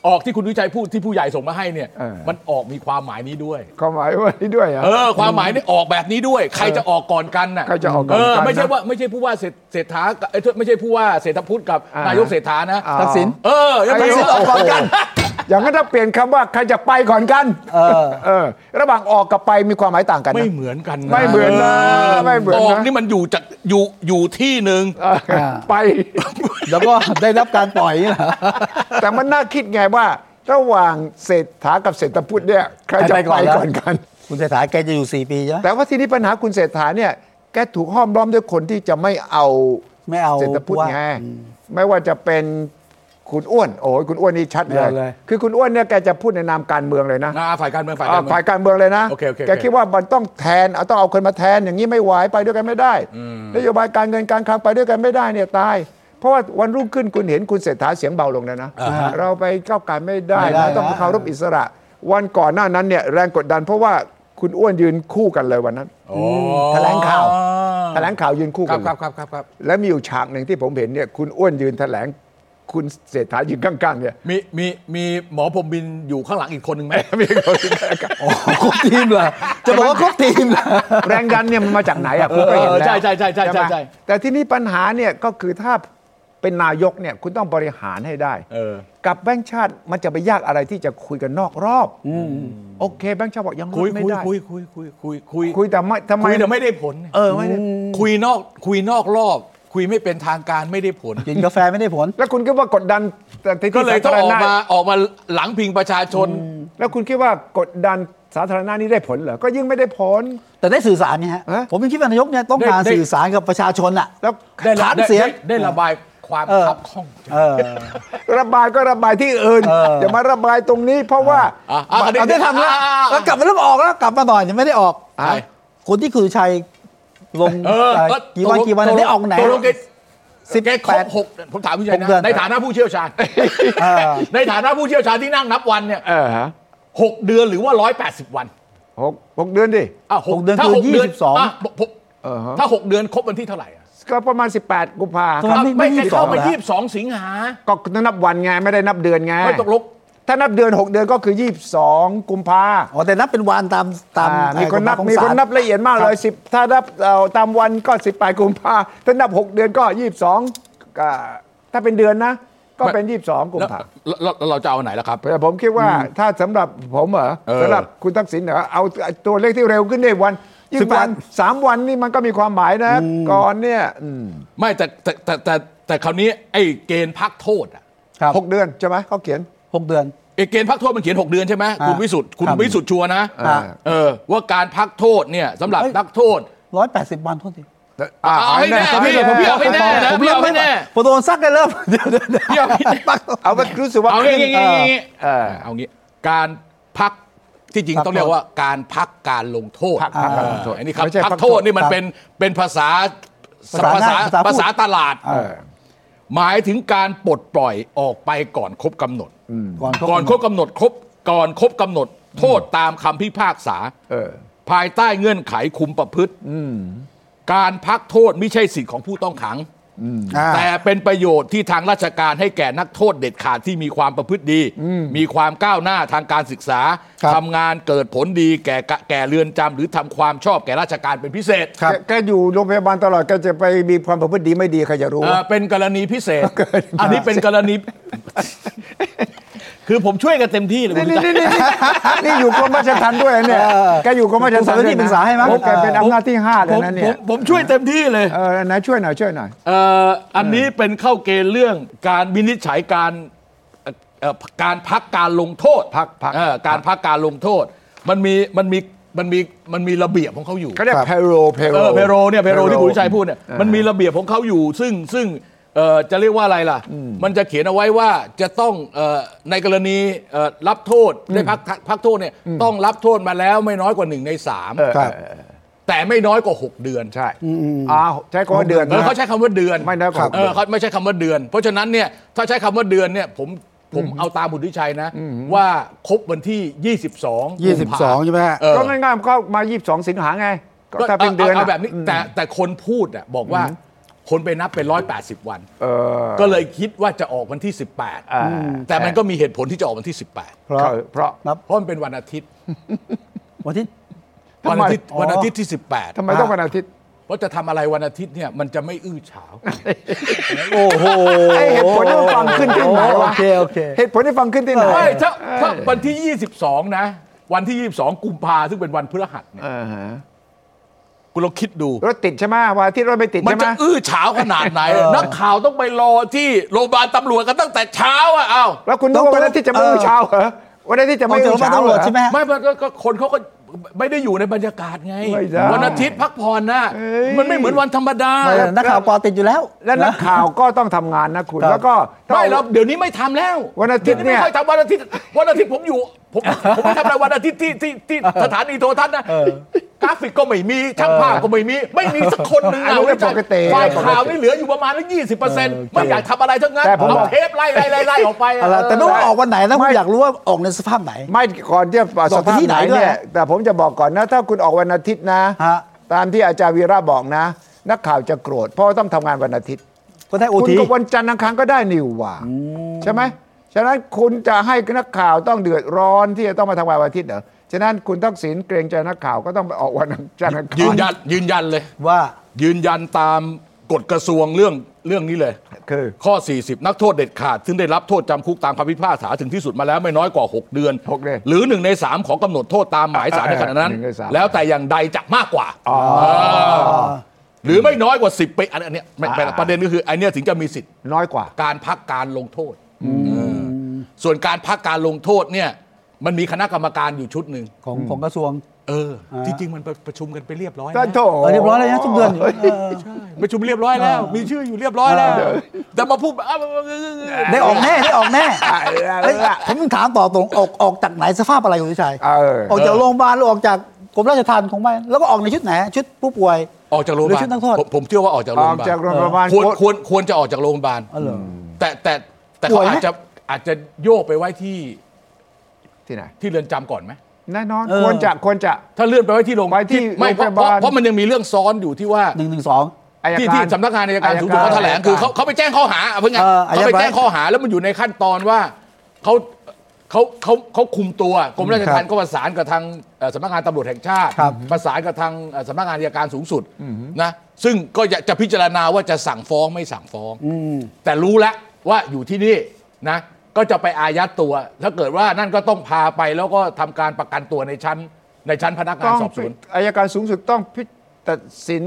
C: ออกที่คุณวิจัยพูดที่ผู้ใหญ่ส่งมาให้เนี่ย
B: เออ
C: มันออกมีความหมายนี้ด้วย
B: ความหมายว่านี้ด้วยเหรอ
C: เออความหมายนี่ออกแบบนี้ด้วย ใครจะออกก่อนกันน่ะ
B: ใครจะออกก่อนกัน
C: เไม่ใช่
B: นะ
C: ว่าไม่ใช่ผู้ว่าเศรษเศรษฐากับเอ้ยไม่ใช่ผู้ว่าเศรษฐพุทธกับ
B: อ่าน
C: นายกเศรษฐานะ
A: ทักษิณ
C: เออยัง
B: ไอ้
C: ไม่
B: เหี้
C: ใช่
B: ยออกก่อนกัน อย่างนั้นถ้าเปลี่ยนคำว่าใครจะไปก่อนกัน
A: เออ
B: เออ ระหว่างออกกับไปมีความหมายต่างกันนะ
C: ไม่เหมือนกันะ
B: ไม่เหมือนนะไม่เหมือนนะ
C: ออกนี่มันอยู่จากอยู่อยู่ที่หนึ่ง
B: เออไป
A: แล้วก็ ได้รับการปล่อยนี่เหรอ
B: แต่มันน่าคิดไงว่า ระหว่างเศรษฐากับเศรษฐพุทธเนี่ยใคร
A: ใค
B: จะ
A: รไป
B: ไป
A: ก่อนล่ะ
B: ก่อนกัน
A: คุณเศรษฐาแกจะอยู่ 4 ปีใช่ไหม
B: แต่ว่าทีนี้ปัญหาคุณเศรษฐาเนี่ยแกถูกห้อมล้อมด้วยคนที่จะไม่เอา
A: ไม่เอา
B: เศรษฐพุทธ
A: ว่า
B: ไงไม่ว่าจะเป็น คุณอ้วน โอ้ยคุณอ้วนนี่ชัดเล
A: เอา
B: ย
A: เลย
B: คือคุณอ้วนเนี่ยแกจะพูดในนามการเมืองเลยนะ
C: อ่าฝ่ายการเมืองฝ่าย
B: อ่
C: การเมือง
B: ฝ่ายการเมืองเลยนะ
C: โอเคโอเคโอเค
B: แกคิดว่ามันต้องแทนเอาต้องเอาคนมาแทนอย่างนี้ไม่ไหวไปด้วยกันไม่ได้ นโยบายการเงินการคลังไปด้วยกันไม่ได้เนี่ยตาย เพราะว่าวันรุ่งขึ้นคุณเห็นคุณเศรษฐาเสียงเบาลงแล้วนะ
C: อ่าฮะ
B: เราไปก้าวไการไม่ได้
A: ไม่ได้
B: นะต้อง
A: นะ
B: เคารพอิสระ วันก่อนหน้านั้นเนี่ยแรงกดดันเพราะว่าคุณอ้วนยืนคู่กันเลยวันนั้น
C: โอ้
B: แถลงข่าว แถลงข่าวยืนคู่
C: ค
B: กั
C: รับ
B: น
C: ครับครับครับครับ
B: และมีอยู่ฉากหนึ่งที่ผมเห็นเนี่ยคุณอ้วนยืนแถลงคุณเศรษฐายืนข้างๆเนี่ย
C: มีมีมีหมอพรหมบินอยู่ข้างหลังอีกคนหนึ่งไหม
B: มีคนยืนข้างๆ
A: อ๋อครบทีมเหรอจะบอกว่าครบทีมเหรอ
B: แรงดันเนี่ยมันมาจากไหนอ่ะผมก็เห็น
C: เออ
B: แล้ว
C: ใช่ใช่ใช่ใช่
B: ไหม
C: ใช่
B: แต่ที่นี่ปัญหาเนี่ยก็คือถ้าเป็นนายกเนี่ยคุณต้องบริหารให้ได้
C: เออ
B: กับแบงค์ชาติมันจะไปยากอะไรที่จะคุยกันนอกรอบโอเคแบงค์ชาติบอกยังลด
C: คุย
B: ไม่
C: คุย
B: ได้
C: คุยคุยคุยคุยคุย
B: คุยแต่ไม่ทำไม
C: คุยแต่ไม่ได้ผล
B: เออไม่ได้
C: คุยนอกคุยนอกรอบ คุยไม่เป็นทางการไม่ได้ผล
A: กินกาแฟไม่ได้ผล
B: แล้วคุณคิดว่ากดดันแต่ที่
C: ก็เลย
B: ส
C: ต้อง
B: ธร
C: ออก
B: ณะ
C: มาออกมาหลังพิงประชาชน
B: แล้วคุณคิดว่ากดดันสาธารณะนี่ได้ผลเหรอก็ยิ่งไม่ได้ผล
A: แต่ได้สื่อสารไงฮะ
B: ฮะ
A: ผมยังคิดว่านายกเนี่ยต้อง
C: ได้
A: การ
C: ได้
A: สื่อสารกับประชาชนอ่ะ
B: แล้ว
C: ได้ระ
A: ฐาน
C: ได้
A: เสียง
C: ได้ได้ระบายความคับข้องใจ
A: เออ
B: ระบายก็ระบายที่อื่น
A: เอออ
B: อย่ามาระบายตรงนี้ เพราะว่า
C: อ่ะอ่ะอันนี้
A: เอาได้ทำแล้ว
C: อ่า
A: แล้วกลับมาเริ่มออกแล้วกลับมาหน่อยยังไม่ได้ออก
C: ใช่
A: คนที่คือชัยลง
C: เออ
A: เอ่อ
C: เออ
A: กี่วัน
C: ตล
A: กี่วันได้ออกไหน
C: ตกลงแก
A: สิบแปด
C: แกครบหกผมถามพี่ชัย
A: หกเดือน
C: นะในฐานะผู้เชี่ยวชาญ
A: เออ
C: ในฐานะผู้เชี่ยวชาญที่นั่งนับวันเนี่ย
B: เออฮะ
C: หกเดือนหรือว่าร้อยแปดสิบวัน
B: หกหกเดือนดิ
C: อ่ะ
A: หกเดือน
C: ถ้า
A: คือ
C: หกเดืน
A: ยี่สิบสอง
C: ะผม
B: เออฮะ
C: ถ้าหกเดือนครบวันที่เท่าไหร่อ่ะ
B: ก็ประมาณ 18 กุมภา
A: ตอนนี้
C: ไม่
A: ไม่
C: แก
A: ยี่สิบสอ
C: เข้าง มา
A: แล้ว
C: ยี่สิบสองสิงหา
B: ก็นับวันไงไม่ได้นับเดือนไง
C: ไม่ตกลง
B: ถ้านับเดือน 6 เดือนก็คือ 22 กุมภา
A: อ๋อแต่นับเป็นวันตามตาม
B: อ่า
A: เอ่อ
B: มีคนนับ
A: กฎหายของ
B: มีคน
A: ศาล
B: นับละเอียดมากเลย10 ถ้านับเอ่อตามวันก็ 18 กุมภาถ้านับ 6 เดือนก็ 22ก็ถ้าเป็นเดือนนะ ก็เป็น 22 กุม
C: แล้ว
B: ภา
C: เราเราเราจะเอาอันไหนล่ะครับ
B: แต่ผมคิดว่าถ้าสำหรับผมเหรอ
C: เออ
B: สำหรับคุณทักษิณเหรอเอาตัวเลขที่เร็วขึ้นได้วันยิ่งวันสามวันนี่มันก็มีความหมายนะ ก่อนเนี่ยอืม
C: ไม่แต่แต่แต่แต่แต่คราวนี้ไอ้เกณฑ์พักโทษอ่ะ
A: ครับ
B: หกเดือนใช่ไหมเขาเขียน
A: หกเดือน
C: ไอ้เกณฑ์พักโทษมันเขียน 6 เดือนใช่ไหม
A: อ่า
C: คุณวิสุทธ์คุณ
A: ครับ
C: วิสุทธ์ชัวร์นะ
A: อ่า
C: เออว่าการพักโทษเนี่ยสำหรับ
A: เอ้ย
C: นักโทษ
A: ร้อยแปดสิบวันโทษที
B: อ่ะ
C: เอาให้แน่
B: เอาให้
C: พี่
B: แน่
C: เอาให้แน่นะ
A: ผม
C: พี่
A: ยัง
C: เอาให้
A: ไม่
C: แน่
A: พอโดนซักได้เริ่มเดี๋ยวเดี๋ยวเดี๋ยว
C: เดี๋ยวพี่
A: ปัก
B: เอาว่ารู้สึกว่า
C: เอาอย่างงี้อย่างงี้อย่างงี้
B: เออ
C: เอางี้การพักที่จริง
A: พัก
C: ต้องเรียกว่าการพักการลงโทษ
B: พักพักการลงโทษ
C: เอออันนี้ครับ
B: ไม่ใช่
C: พัก
B: พัก
C: โท
B: โท
C: ษ
B: ษ
C: นี่มัน
A: ครับ
C: เป็นเป็นภาษา
A: ภาษา
C: ภาษา
A: ภาษาพูด
C: ภาษาตลาด
B: เออ
C: หมายถึงการปลดปล่อยออกไปก่อนครบกำหนด
A: ก่อนครบ
C: ก่อนครบกำหนดครบก่อนครบกำหนด โทษตามคำพิพากษา
B: เออ
C: ภายใต้เงื่อนไขคุมประพฤติการพักโทษไม่ใช่สิทธิ์ของผู้ต้องขัง
A: อ่า
C: แต่เป็นประโยชน์ที่ทางราชการให้แก่นักโทษเด็ดขาดที่มีความประพฤติดี มีความก้าวหน้าทางการศึกษา
A: ครับ
C: ทำงานเกิดผลดีแก่กะแก่เรือนจำหรือทำความชอบแก่ราชการเป็นพิเศษ
A: ครับ
B: แกแกอยู่โรงพยาบาลตลอดแกจะไปมีความประพฤติดีไม่ดีใครจะรู้
C: เอ่อเป็นกรณีพิเศษ อันนี้เป็นกรณี คือผมช่วยกันเต็มที่เลยคุ
B: นี่
C: ณ
B: นี่
C: ตา
B: นี่นี่นี่อยู่กรมราชทัณฑ์ด้วยเนี่ย
A: เออ
B: แกอยู่กรมราชทัณฑ์
A: ผมส
B: ด้วย
A: อนที่ปรึกษาให้มั้ง
B: โอ้แกเป็นอำนาจที่ห้าเลยนะเนี่ย
C: ผมผมผมช่วยเต็มที่เลย
B: เออไหนช่วยหน่อยช่วยหน่อย
C: เอ่ออันนี้เป็นเข้าเกณฑ์เรื่องการวินิจฉัยการเอ่อเอ่อการพักการลงโทษ
B: พักพัก
C: เอ่อการพักการลงโทษ มันมีมันมีมันมีมันมีระเบียบของเขาอยู่
B: เขาเรียกเพโรเพโร
C: เออเพโรเนี่ยเพโรที่คุณวิชัยพูดเนี่ยมันมีระเบียบของเขาอยู่ ซึ่งซึ่งเอ่อจะเรียกว่าอะไรล่ะ มันจะเขียนเอาไว้ว่าจะต้องเอ่อในกรณีเอ่อรับโทษได้พักพักโทษเนี่ยต้องรับโทษมาแล้วไม่น้อยกว่าหนึ่งในสาม
A: ครับ
C: แต่ไม่น้อยกว่าหกเดือน
B: ใช่อ้าวใช้คำว่าเดือน
C: เออ
B: นะ
C: เขาใช้คำว่าเดือน
B: ไม่น้อยกว่า
C: เออเขาไม่ใช้คำว่าเดือน เพราะฉะนั้นเนี่ยถ้าใช้คำว่าเดือนเนี่ยผมผมเอาตามบุตรวิชัยนะ ว่าครบวันที่ 22
A: ยี่สิบสองใช่ไหมฮะ
C: เออ
B: ก็ง่ายๆก็มา 22 สิงหาไงก็
C: ก็
B: ถ้าเป็นเดือน
C: เอา
B: อะ
C: แบบนี้แต่แต่คนพูดอ่ะบอกว่าคนไปนับเป็นร้อยแปดสิบวัน
B: เออ
C: ก็เลยคิดว่าจะออกวันที่
B: อ่า
C: 18 แต่มันก็มีเหตุผลที่จะออกวันที่ 18
A: เพราะ
B: เพราะ
C: เพราะมันเป็นวันอาทิตย์
A: วันที่
C: วันอาทิตย์วันอาทิตย์ที่
B: ทำไมต้องวันอาทิตย์
C: 18 เพราะจะทำอะไรวันอาทิตย์เนี่ยมันจะไม่อื้อฉาว
A: โอ้โห
B: ไอ้เหตุผลที่มันฟังขึ้นที่ไหน
A: โอ
B: วะ
A: เคโอเค
B: เหตุผลที่ฟังขึ้นที่ไหน
C: ไม่ถ้าถ้าวันที่ 22 นะ วันที่ 22 กุมภาซึ่งเป็นวันพฤหัสเนี่ยคุณลองคิดดู
B: รถติดใช่ไหมวันอาที่รถไม่ติด
C: มัน
B: ใช่ไหม
C: จะอื้อเช้าขนาดไหน นักข่าวต้องไปรอที่โรงพยาบาลตำรวจกันตั้งแต่เช้าอ่ะเอ้า
B: แล้วคุณนึกว่าวันอาที่จะไม่
A: เออ
B: รู้เช้าเหรอวันอาที่จะ
A: อ
B: ไม่
A: อกจาก
B: รู้
A: โรงพยาบาล
B: เช้า
A: ตำร
B: เหร
A: วจ
B: อ
A: ใช่ไหมฮะ
C: ไม่มันก็ก็คนเขาก็ ไม่ได้อยู่ในบรรยากาศไง
F: ไม่ได้
C: วันอาทิตย์พักผ่อนนะ
F: เอ้ย
C: มันไม่เหมือนวันธรรมดา
A: นักข่าวกอติดอยู่แล้ว
B: และนักข่าวก็ต้องทำงานนะคุณ แล้วก็ต้อง
C: ไม่เราเดี๋ยวนี้ไม่ทำแล้ว
B: วันอาทิตย์เนี่ย
C: ดี๋วไม่ค่อยทำวันอาทิตย์วันอาทิตย์ผมอยู่ ผมผมไม่ทำอะไรวันอาทิตย์ที่ที่ที่สถานีโทรทัศน์นะกราฟิกก็ไม่มีช่างภาพก็ไม่มี ไม่มีสักคนหนึ่ง
B: ไอ้พวกนี้
C: วิจัย
B: ปกติ
C: ฝ่ายข่าวนี่เหลืออยู่ประมาณยี่สิบเปอร์เซ็นต์ไม่อยากทำอะไรทั้งนั้น
B: แต่ผม
C: เอา
B: บอก
C: เทปไล่ไล่ไล่ไล่ออกไป
A: เอาล่ะแต่ไม่ว่าออกวันไหนนะผ
B: ไม่
A: มอยากรู้ว่าออกในสภาพไหน
B: ไม่ก่อนที่จะ
A: บอก
B: ส
A: ไป
B: ภาพ
A: ที่
B: ไห
A: ไห
B: น
A: นด้วย
B: เนี่ยแต่ผมจะบอกก่อนนะ ถ้าคุณออกวันอาทิตย์นะ
A: ฮะ
B: ตามที่อาจารย์วีระบอกนะ นักข่าวจะโกรธเพราะว่าต้องทำงานวันอาทิตย์
A: ก็ได้โอ
B: คุณ
A: ที
B: ก็วันจันทร์อังคารก็ได้นิวว่าใช่ไหมฉะนั้นคุณจะให้นักข่าวต้องเดือดร้อนที่จะต้องมาทำงานวันอาทิตย์เหรอฉะนั้นคุณทักษิณเกรงใจนักข่าวก็ต้องไปออกวันจันทร์อังคาร
C: ยืนยันยืนยันเลย
A: ว่า
C: ยืนยันตามกฎกระทรวงเรื่องเรื่องนี้เลย
B: คือ
C: ข้อ 40 นักโทษเด็ดขาด ซึ่งได้รับโทษจำคุกตามคำพิพากษาถึงที่สุดมาแล้วไม่น้อยกว่า 6 เดือน
B: หกเดือน
C: หรือ 1 ใน 3 ของกำหนดโทษตามหมายสารในขณะนั้น
B: หนึ่งในสาม
C: แล้วแต่อย่างใดจะมากกว่าาหรือไม่น้อยกว่า 10 ปีอันอันเนี้ยไม่ไม่ประเด็นก็คือ อันเนี้ยถึงจะมีสิทธิ์
B: น้อยกว่า
C: การพักการลงโทษเออส่วนการพักการลงโทษเนี่ยมันมีคณะกรรมการอยู่ชุดหนึ่ง
A: ของของกระทรวง
C: เออ จริง ๆ มันประชุมกันไปเรียบร้อย
B: ท่าน
C: นะ
B: โถ
A: เออเรียบร้อยแล้วนะทุกเดือนอยู่เออ
C: ประชุมเรียบร้อยแล้ว มีชื่ออยู่เรียบร้อยแล้ว แต่มาพูดแบบอ้าว
A: ได้ออกแน่ได้ออกแน่
B: อ่ะอ่ะ
A: เฮ้ย
B: อ่ะ
A: ผมต้องถามต่อตรงออกออกจากไหนสภาพอะไรคุณวิชัย
B: เออ
A: ออกจากโรงพยาบาลหรือออกจากกรมราชทัณฑ์คงไม่แล้วก็ออกในชุดไหนชุดผู้ป่วย
C: ออกจากโรงพยา
A: หรื
C: บา
A: อชุดนักโท
C: ล
A: ษ
C: ผมผมเชื่อว่าออกจากโร
B: อง
C: พ
B: อก
C: ยาบา
B: จาก
C: ล
B: โรงพยาบาล
C: ควรควรควรจะออกจากโรงพยาบาล
A: อ๋อเหรอ
C: แต่แต่แต่
A: ป่
C: เขา
A: วยไหม
C: อาจจะอาจจะโยกไปไว้ที่
B: ที่ไหน
C: ที่เรือนจำก่อนไหม
B: แน่นอน
A: เออ
B: ควรจะควรจะ
C: ถ้าเลื่อนไปไว้ที่โรง
B: ไว้ที่
C: ไม่เพราะ
B: โรงพยา
C: เพ
B: บาล
C: ราะเพราะมันยังมีเรื่องซ้อนอยู่ที่ว่า
A: หนึ่งหนึ่งสอง
B: อาย
C: ที่
B: การ
C: ที่สำนักงานอัยการสูงสุด
B: อัยการ
C: เขาแถลงคือเขา
B: อัยการ
C: เขาไปแจ้งข้อหาเอาเพื่อไง
A: เอออัยการ
C: เขาไปแจ้งข้อหาแล้วมันอยู่ในขั้นตอนว่าเขาเขาเขาเขาคุมตัวกรมราชทัณฑ์ก็ประสานกับทางเอ่อสำนักงานตำรวจแห่งชาติ
A: ครับ
C: ประสานกับทางเอ่อสำนักงานอัยการสูงสุดนะซึ่งก็จะจะพิจารณาว่าจะสั่งฟ้องไม่สั่งฟ้อง แต่รู้แล้วว่าอยู่ที่นี่นะก็จะไปอายัดตัว ถ้าเกิดว่านั่นก็ต้องพาไปแล้วก็ทำการประกันตัวในชั้น ในชั้นพนักงาน
B: ต้อง
C: สอบสวน
B: อายการสูงสุดต้องพิตัดสิน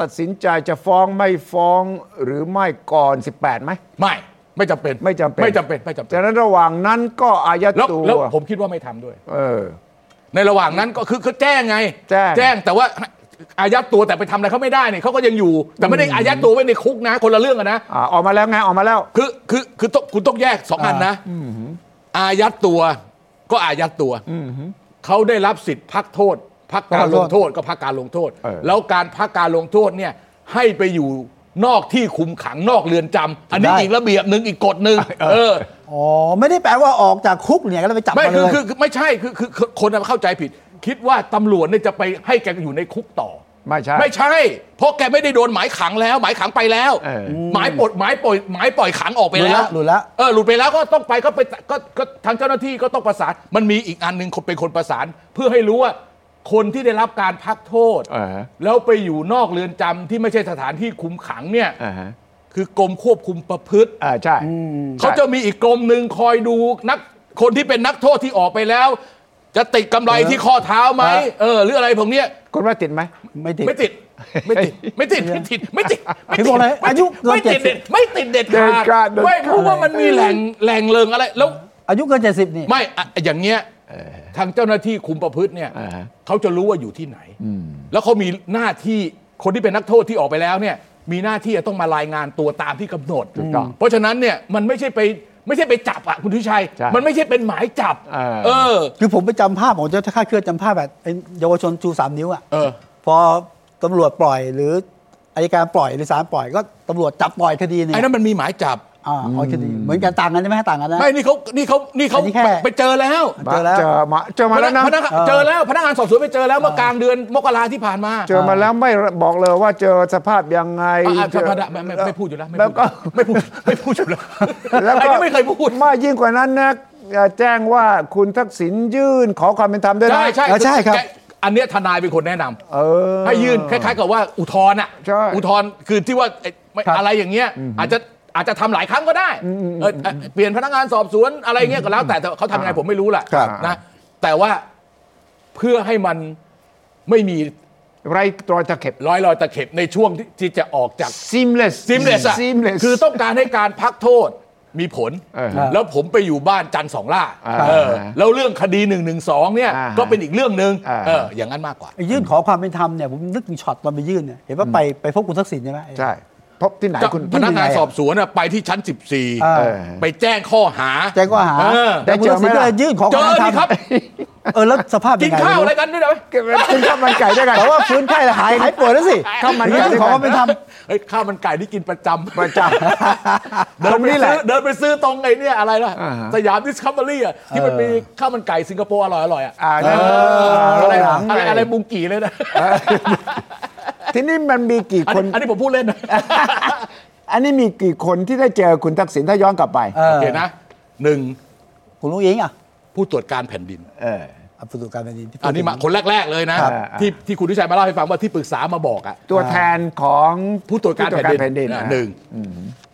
B: ตัดสินใจจะฟ้องไม่ฟ้องหรือไม่ก่อน 18ไหม
C: ไม่ไม่จำเป็น
B: ไม่จำเป็น
C: ไม่จำเป็นไม่จำเป็น
B: จากนั้นระหว่างนั้นก็อายัด
C: แล้ว
B: ตัว
C: แล้วผมคิดว่าไม่ทำด้วย
B: เออ
C: ในระหว่างนั้นก็คือเขาแจ้งไง
B: แจ้ง
C: แจ้งแต่ว่าอายัดตัวแต่ไปทำอะไรเขาไม่ได้เนี่ยเขาก็ยังอยู่ แต่ไม่ได้อายัดตัวไว้ในคุกนะ คนละเรื่องอะนะ
B: อ่าออกมาแล้วไงออกมาแล้ว
C: คือคือคือต้องคุณต้องแยกสองอันนะอายัดตัวก็อายัดตัวเขาได้รับสิทธิ์พักโทษ พักการลงโทษก็พักการลงโทษ
B: เออ
C: แล้วการพักการลงโทษเนี่ยให้ไปอยู่นอกที่คุมขังนอกเรือนจำอันนี้
A: ได้
C: อีกระเบียบหนึ่งอีกกฎหนึ่งเออ
A: อ๋อ ไม่ได้แปลว่าออกจากคุกเนี่ยก็เลยไปจับ
C: ไม่
A: มาเล
C: คือย คือคือไม่ใช่คือคือคือคนน่ะเข้าใจผิด คิดว่าตำรวจเนี่ยจะไปให้แกอยู่ในคุกต่อ
B: ไม่ใช่
C: ไม่ใช่ เพราะแกไม่ได้โดนหมายขังแล้ว หมายขังไปแล้ว
B: เออ
C: หมายปลดหมายปล่อยหมายปล่อยขังออกไปแล้
A: หลุดแล้
C: ว
A: วหลุดแล้ว
C: เออหลุดไปแล้วก็ต้องไปก็ไปก็ก็ทางเจ้าหน้าที่ก็ต้องประสาน มันมีอีกอันหนึ่งคนเป็นคนประสาน เพื่อให้รู้ว่าคนที่ได้รับการพักโทษ
B: อ่าฮะ
C: แล้วไปอยู่นอกเรือนจำที่ไม่ใช่สถานที่คุมขังเนี่ย
B: อ่าฮะ
C: คือกรมควบคุมประพฤติ
B: อ่าใช่
C: เขาจะมีอีกกรมหนึ่งคอยดูนักคนที่เป็นนักโทษที่ออกไปแล้ว จะติดกำไรที่ข้อเท้าไหมเออหรืออะไรพวกเนี้ย
B: คุณว่าติดไหม
A: ไม่ติด
C: ไม่ติด ไม่ติด ไม่ติด ไม่ติด ไม่ติดไม่
A: ถึงบอกเลยอายุเกิน
C: ไม่ติด
A: 70
C: เด็ดไม่ติดเด็ด
B: เด็ดขา
C: ขา
B: ด
C: ด
B: เด็ดขาด
C: ไม่เพราะว่ามันมีแหล่งแหล่งเริงอะไรแล้ว
A: อายุเกินเจ็ดสิบนี่
C: ไม่อะอย่างเงี้ยทางเจ้าหน้าที่คุมประพฤติเนี่ย
B: อ่าฮะ
C: เขาจะรู้ว่าอยู่ที่ไหน แล้วเขามีหน้าที่คนที่เป็นนักโทษที่ออกไปแล้วเนี่ยมีหน้าที่จะต้องมารายงานตัวตามที่กำหนด
B: ถูกต้อง
C: เพราะฉะนั้นเนี่ยมันไม่ใช่ไปไม่ใช่ไปจับอ่ะคุณทุชัย
B: ใช่
C: มันไม่ใช่เป็นหมายจับ
B: เออ
C: เออ
A: คือผมไปจำภาพของเจ้าค่าดเคลื่อนจำภาพแบบไอ้เยาวชนชูสามนิ้วอ่ะ
C: เออ
A: พอตำรวจปล่อยหรืออายการปล่อยหรือศาลปล่อยก็ตำรวจจับปล่อยคดีเนี่ย
C: ไอ้นั่นมันมีหมายจับ
A: อ่าเอาคดีเหมือนกันต่างกันใช่ไหมต่างกันนะ
C: ไม่นี่เขานี่เขานี่เขา
A: อันนี้แค่
C: ไปเจอแล้ว
A: เจอแล้ว
B: เจอมาเจอมาแล้วนะ
C: พนักพก
A: เออ
C: เจอแล้วพนักงานสอบสวนไปเจอแล้วเมื่อกลางเดือนมกราที่ผ่านมา
B: เจอมาแล้วไม่บอกเลยว่าเจอสภาพยังไง
C: อ่ะอ่ะ
B: เจอ
C: ธรรมดาไม่ไม่ไม่พูดอยู่แล้วไม่
B: แล้ว
C: พูด
B: ก็
C: ไม่พูดไม่พูดอยู่แล้ว
B: แล้วก็
C: ไอ้นี่ไม่เคยพูด
B: มากยิ่งกว่านั้นนะเอ่อแจ้งว่าคุณทักษิณยื่นขอความเป็นธรรมด้วยนะ
C: ใช่ใช่
A: เออใช่ครับ
C: แกอันเนี้ยทนายเป็นคนแนะนำ
B: เออ
C: ให้ยื่นคล้ายๆกับว่าอุทธรณ์อ่ะ
B: ใช่
C: อุทธรณ์คือที่ว่าไอ้ไม่อะไรอย่างเงี้ยอาจจะอาจจะทำหลายครั้งก็ได้เออเออเปลี่ยนพนักงานสอบสวนอะไรเงี้ยก็แล้วแต่แต่เขาทำยังไงผมไม่รู้แหละ
A: ครับ
C: นะแต่ว่าเพื่อให้มันไม่มี
B: ไรตัวตะเข็บ
C: ร้อยรอยตะเข็บในช่วงที่ที่จะออกจาก
B: seamless
C: seamless อะ
B: seamless
C: คือต้องการให้การพักโทษ มีผล
B: เออ
C: แล้วผมไปอยู่บ้านจันทร์สองล่า
B: อ่า
C: เออแล้วเรื่องคดีหนึ่งหนึ่งสองเนี่ย
B: อ่า
C: ก็เป็นอีกเรื่องหนึ่ง
B: อ่า
C: เอออย่างนั้นมากกว่า
A: ไอ้ยื่นขอความเป็นธรรมเนี่ยผมนึกถึงช็อตตอนไปยื่นเนี่ยเห็นว่าไปไปพบคุณทักษิณใช่ไหม
B: ใช่พบที่ไหน
C: จะ
B: คุณ
C: พนักงาน
B: ที่ไหะ
C: สอบสวนน่ะไปที่ชั้น
A: เออ
B: เออ
C: 14 ไปแจ้งข้อหา
A: แจ้งข้อหา
C: เอ
A: แต่คุณทักษิณก็เลยยื่นขอค
C: เจ
A: วาม
C: อ
A: เป็นธรรม
C: นี่ครับ
A: เออแล้วสภาพ
C: กิ
A: ยั
C: น
A: งไง
C: ข้าวอะไรกันด้วยนะเว้ย
B: เก็บไว้กินข้าวมันไก่ด้วยกัน
A: แต่ว่าฟื้นไข้แล้วหายหายป่วยแล้วสิ
B: ข้าวมันไก่
A: ยื่นขอความเป็นธรรม
C: เฮ้ยข้าวมันไก่ที่กินประจำ
B: ประจำ
C: เดิ
B: ตร
C: น
B: ง
C: ไป
B: นี้แหละ
C: ซื้อเดินไปซื้อตรงไอ้เนี่ยอะไรล่ะ
B: อ่าฮะ
C: สยามดิสคัฟเวอรี่อ่ะที่มันมีข้าวมันไก่สิงคโปร์อร่อยอร่อยๆอ่ะ
B: อ่านั่น
C: อะไร
B: หลัง
C: อะไร
B: ง
C: อะไรบุงกี่เลยนะ
B: ทีนี้มันมีกี่
C: อัน
B: คน
C: นี้อันนี้ผมพูดเล่นนะ
B: อันนี้มีกี่คนที่ได้เจอคุณทักษิณถ้าย้อนกลับไป
A: เออ
C: โอเคนะหนึ่ง
A: คุณลุงยิงอ่ะ
C: ผู้ตรวจการแผ่นดิน
B: เออ
A: อ่ะผู้ตรวจการแผ่นดินที่พูด
C: อันนี้มาคนแรก ๆเลยนะ
B: ครับ
C: ที่ที่คุณทิชัยมาเล่าให้ฟังว่าที่ปรึกษามาบอกอ่ะ
B: ตัวแทนของ
C: ผู้ตรวจการแผ่นดิน
B: อ่ะ
C: อ่ะหนึ่ง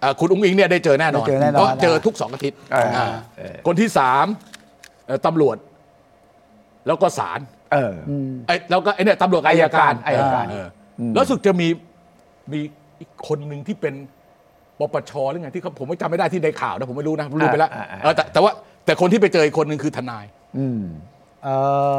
C: เอ่อคุณอุ้งอิงเนี่ยได้เจอแน่นอน
A: ได้เจอแน่นอน
C: เพราะ
A: นะ
C: เจอทุกสองอาทิตย์
B: เอออ่
C: าคนที่สามเอ่อตำรวจ แล้วก็ศาล
B: เออ
C: ไอ้แล้วก็ไอ้เนี่ยตำรวจกับอัยการ
B: อัยการ
C: เอออแล้วสุดจะมีมีอีกคนหนึ่งที่เป็นปปชหรือไงที่เขาผมไม่จำไม่ได้ที่ในข่าวนะผมไม่รู้นะผมลืมไปแล้วเออแต่แต่ว่าแต่คนที่ไปเจออีกคนหนึ่งคือทนาย
B: อืม
A: เอ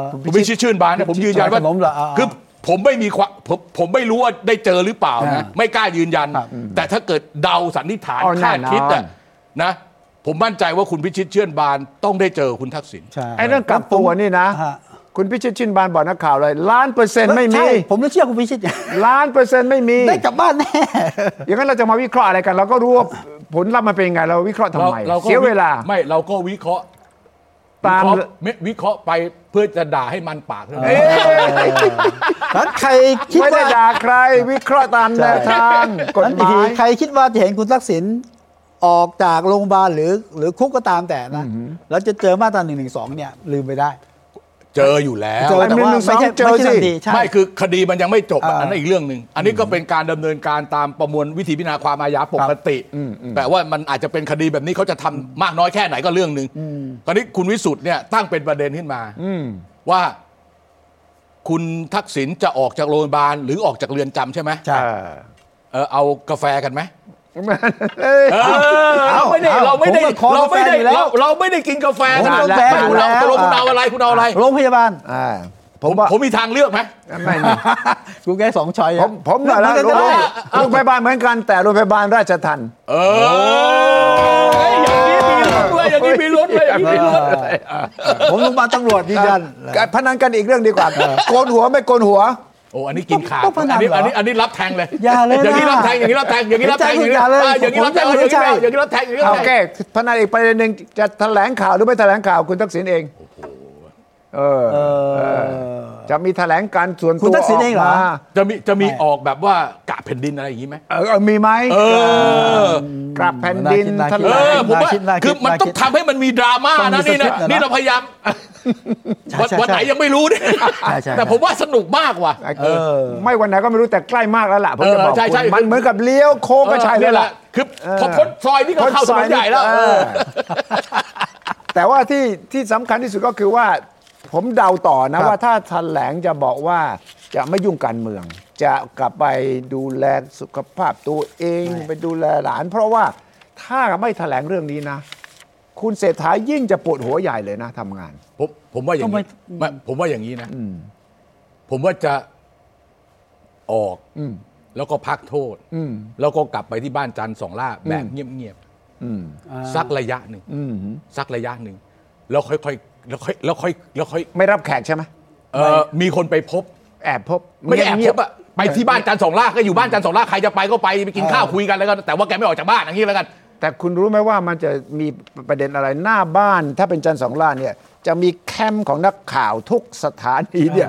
A: อ
C: ผมไม่ชื่อชื่นบานนะผมยืนยันว่า
A: ขนมเหรออ่า
C: คือผมไม่มีความผมผมไม่รู้ว่าได้เจอหรือเปล่านะ
A: อ่า
C: ไม่กล้ายืนยัน
A: ครับ
C: แต่ถ้าเกิดเดาสันนิษฐาน
B: อ๋อแน่นอน
C: คาดคิดอะนะผมมั่นใจว่าคุณพิชิตเชื่อนบานต้องได้เจอคุณทักษิณ
A: ใช่
B: ไอ้เรื่องกลับตัวนี่นะ
A: ฮะ
B: คุณพิชิตชินบานบอกนักข่าวเลย ล้านเปอร์เซ็นต์ไม่มี
A: ใช่ผมเลยเชื่อคุณพิชิต
B: ล้านเปอร์เซ็นต์ไม่มี
A: ได้กลับบ้านแน่
B: อย่างนั้นเราจะมาวิเคราะห์อะไรกัน เราก็รู้ว่าผลลัพธ์มันเป็นยังไง เราวิเคราะห์ทำไม เสียเวลา
C: ไม่เราก็วิเคราะห์
B: ตาม
C: วิเคราะห์ไม่วิเคราะห์ไปเพื่อจะด่าให้มันปากเท่านั้น
A: นั้นใครคิด
B: ไม่ได้
A: ว่า
B: ด่าใคร วิเคราะห์ตามแนวทางกฎ
A: นั้น
B: ห
A: อีก
B: มา
A: ที
B: ย
A: ใครคิดว่าจะเห็นคุณทักษิณออกจากโรงพยาบาลหรือหรือคุกก็ตามแต่นะ แล้วจะเจอมาตราหนึ่งหนึ่งสองเนี่ยลืมไปได้
C: เจออยู่แล้ว
A: เจอแต่ว่า
B: 112
A: ไม่ใช่
B: เจอ
A: ไม่
B: สิ
A: ใช่ทันทีใช่
C: ไม่คือคดีมันยังไม่จบอะ
A: อ่า
C: อันนั้นอีกเรื่องหนึ่งอันนี้ก็เป็นการดำเนินการตามประมวลวิธีพิจารณาความอาญาปกติ แต่ว่ามันอาจจะเป็นคดีแบบนี้เขาจะทำมากน้อยแค่ไหนก็เรื่องหนึ่งตอนนี้คุณวิสุทธ์เนี่ยตั้งเป็นประเด็นขึ้นมาว่าคุณทักษิณจะออกจากโรงพยาบาลหรือออกจากเรือนจำใช่ไหม
A: ใช่
B: เออ
C: เออเอากาแฟกันไหม
B: เอ้ย
C: เออเราไม่ได้เราไม่ได้
A: ผมก็ขอ
C: เราไม่ได้
A: กาแฟอยู่แล้ว
C: เราเราไม่ได้กินกาแฟ
A: ผม
C: นะ
A: กาแฟอยู่แล้ว
C: ตกลงคุณเอาอะไรคุณเอาอะไร
A: โรงพยาบาล
B: อ่าผ
C: ผม ม
B: ว่า
C: ผมมีทางเลือกไหม
B: ไม่มี
A: กูแค่สองชอย
B: ผมผมหน่อยละ
A: เลื
B: โร
A: อก
B: ง
A: ได้
B: โรงพยาบาลเหมือนกันแต่โรงพยาบาลราชทัน
C: เอออย่างนี้มีรถเลยอย่างนี้มีรถเลยอ
A: ผ
C: ย่างนี้มีรถ
A: มโรงพยาบาลตำรวจยืนยัน
B: พนันกันอีกเรื่องดีกว่า โกนหัวไม่โกนหัว
C: โอ้อันนี้กินขาด
A: ต้องพนั
C: อั
A: น
C: นนี้
A: เหรอ
C: อันนี้อันนี้รับแทงเลย
A: อย่าเลยนะ
C: อย่างนี้รับแทงอย่างนี้รับแทงอย่างนี้รับแทงอย่างนี้
A: อ
C: รับแทง
A: ย่าเลย
C: อย่างนี้รับแทง
A: ผม
C: อย่างนี้รับแท
A: ผม
C: งอย่างนี้รับแทงอย่างนี้รับ
B: โอ
C: แทง
B: เคพนันอีกประเด็นหนึ่งจะแถลงข่าวหรือไม่แถลงข่าวคุณทักษิณเองเออ
A: เออ
B: จะมีแถลงการส่วนตัว
A: คุณทักษิณเองเหรอ
B: กมา
C: จะมีจะมีออกแบบว่ากะแผ่นดินอะไรอย่างนี้ไหม
B: เออเออมีไหม
C: เออ
B: กลับแผ่นดิน
A: น่าคิ
B: แถ
A: ด
B: ล
C: เอ
A: น่า
C: องผมว่า
A: คิดน่าคิด
C: คือมัน
A: น่าคิด
C: ต้องทำให้มันมีดราม่า
A: ต้องมี
C: นะนี่
A: สคริปต์อะนะ
C: นะนี่เราพยายาม
A: ใช่
C: วัน
A: ใช่
C: วันไหน
A: ใช่
C: ยังไม่รู้เนี่ย
A: ใช่ใช่
C: แต่ผมว่าสนุกมากว่ะ
B: เออไม่วันไหนก็ไม่รู้แต่ใกล้มากแล้วล่ะผมจะบอก
C: เออใช่ใช่
B: คุณมันเหมือนกับเลี้ยวโค้งก็ใช่แล้วล่ะ
C: คือพอพ้นซอยนี่ก็เข้าถนนใหญ่แล้ว
B: เอ
C: เอ
B: อ
C: อ
B: แต่ว่าที่ที่สำคัญที่สุดก็คือว่า ผมเดาต่อนะว่าถ้าแถลงจะบอกว่าจะไม่ยุ่งการเมือง จะกลับไปดูแลสุขภาพตัวเองไปดูแลหลาน เพราะว่าถ้าไม่แถลงเรื่องนี้นะ คุณเศรษฐายิ่งจะปวดหัวใหญ่เลยนะทำงาน
C: ผมผมว่าอย่างนี้ไม่ผมว่าอย่างนี้นะผมว่าจะออกแล้วก็พักโทษแล้วก็กลับไปที่บ้านจันทร์สองล่าแบบเงียบๆสักระยะหนึ่งสักระยะหนึ่งแล้วค่อยๆแล้วค่อยแล้วค่อยแล้วค่อย
B: ไม่รับแขกใช่ไหม
C: เอ่อมีคนไปพบ
B: แอบพบ
C: ไม่ได้แอบ
B: เงี
C: พ
B: ย
C: บบ อะไปที่บ้านจันทร์สองล่าก็อยู่บ้านจันทร์สองล่าใครจะไปก็ไปไปกินข้าวคุยกันแล้วก็แต่ว่าแกไม่ออกจากบ้านอย่างนี้แล้วกัน
B: ๆแต่คุณรู้ไหมว่ามันจะมีประเด็นอะไรหน้าบ้าน ถ้าเป็นจันทร์สองล่านเนี่ย จะมีแคมป์ของนักข่าวทุกสถานีเนี่ย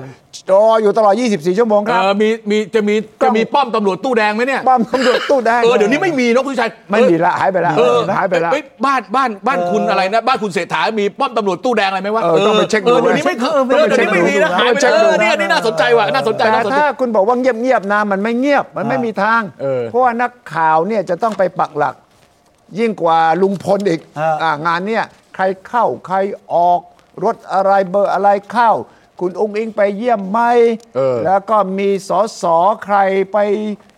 B: รออยู่ตลอด 24 ชั่วโมงค
C: เอ
B: รับ
C: อมีมีจะมี
B: กล้
C: จะ
B: อง
C: มีป้อมตำรวจตู้แดงไหมเนี่ย
B: ป้อมตำรวจตู้แดง
C: เออเดี๋ยวนี้ไม่มีเนอะคุณชัย
B: ไม่มีละหายไปละ
C: เออ
B: หายไปละ
C: เอ้ยบ้านบ้านบ้านคุณอะไรนะ บ้านคุณเศรษฐามีป้อมตำรวจตู้แดงอะไรไหมวะ
B: เออต้องไปเช็คดู
C: เดี๋ยวนี้ไม่เคยเออ
B: ต้องไป
C: เดี๋ยวนี้ไม่มีนะ
B: เช็คดูนะเช็คดูนะ
C: หายไปเออเนี่ยนี่น่าสนใจว่ะน่าสนใจ
B: แต่
C: น่าสนใจ
B: ถ้าคุณบอกว่าเงียบๆนะมันไม่เงียบมันไม่มีทาง
C: เออ
B: ราะว่านักข่าวเนี่ยจะต้องไปปักหลัก ยิ่งกว่าลุงพลอีก
A: เอออ่
B: างานเนี่ยใครเข้าใครออก รถอะไรเบอร์อะไรเข้า คุณองค์อิงไปเยี่ยมไหม
C: เออ
B: แล้วก็มีสอสอใครไป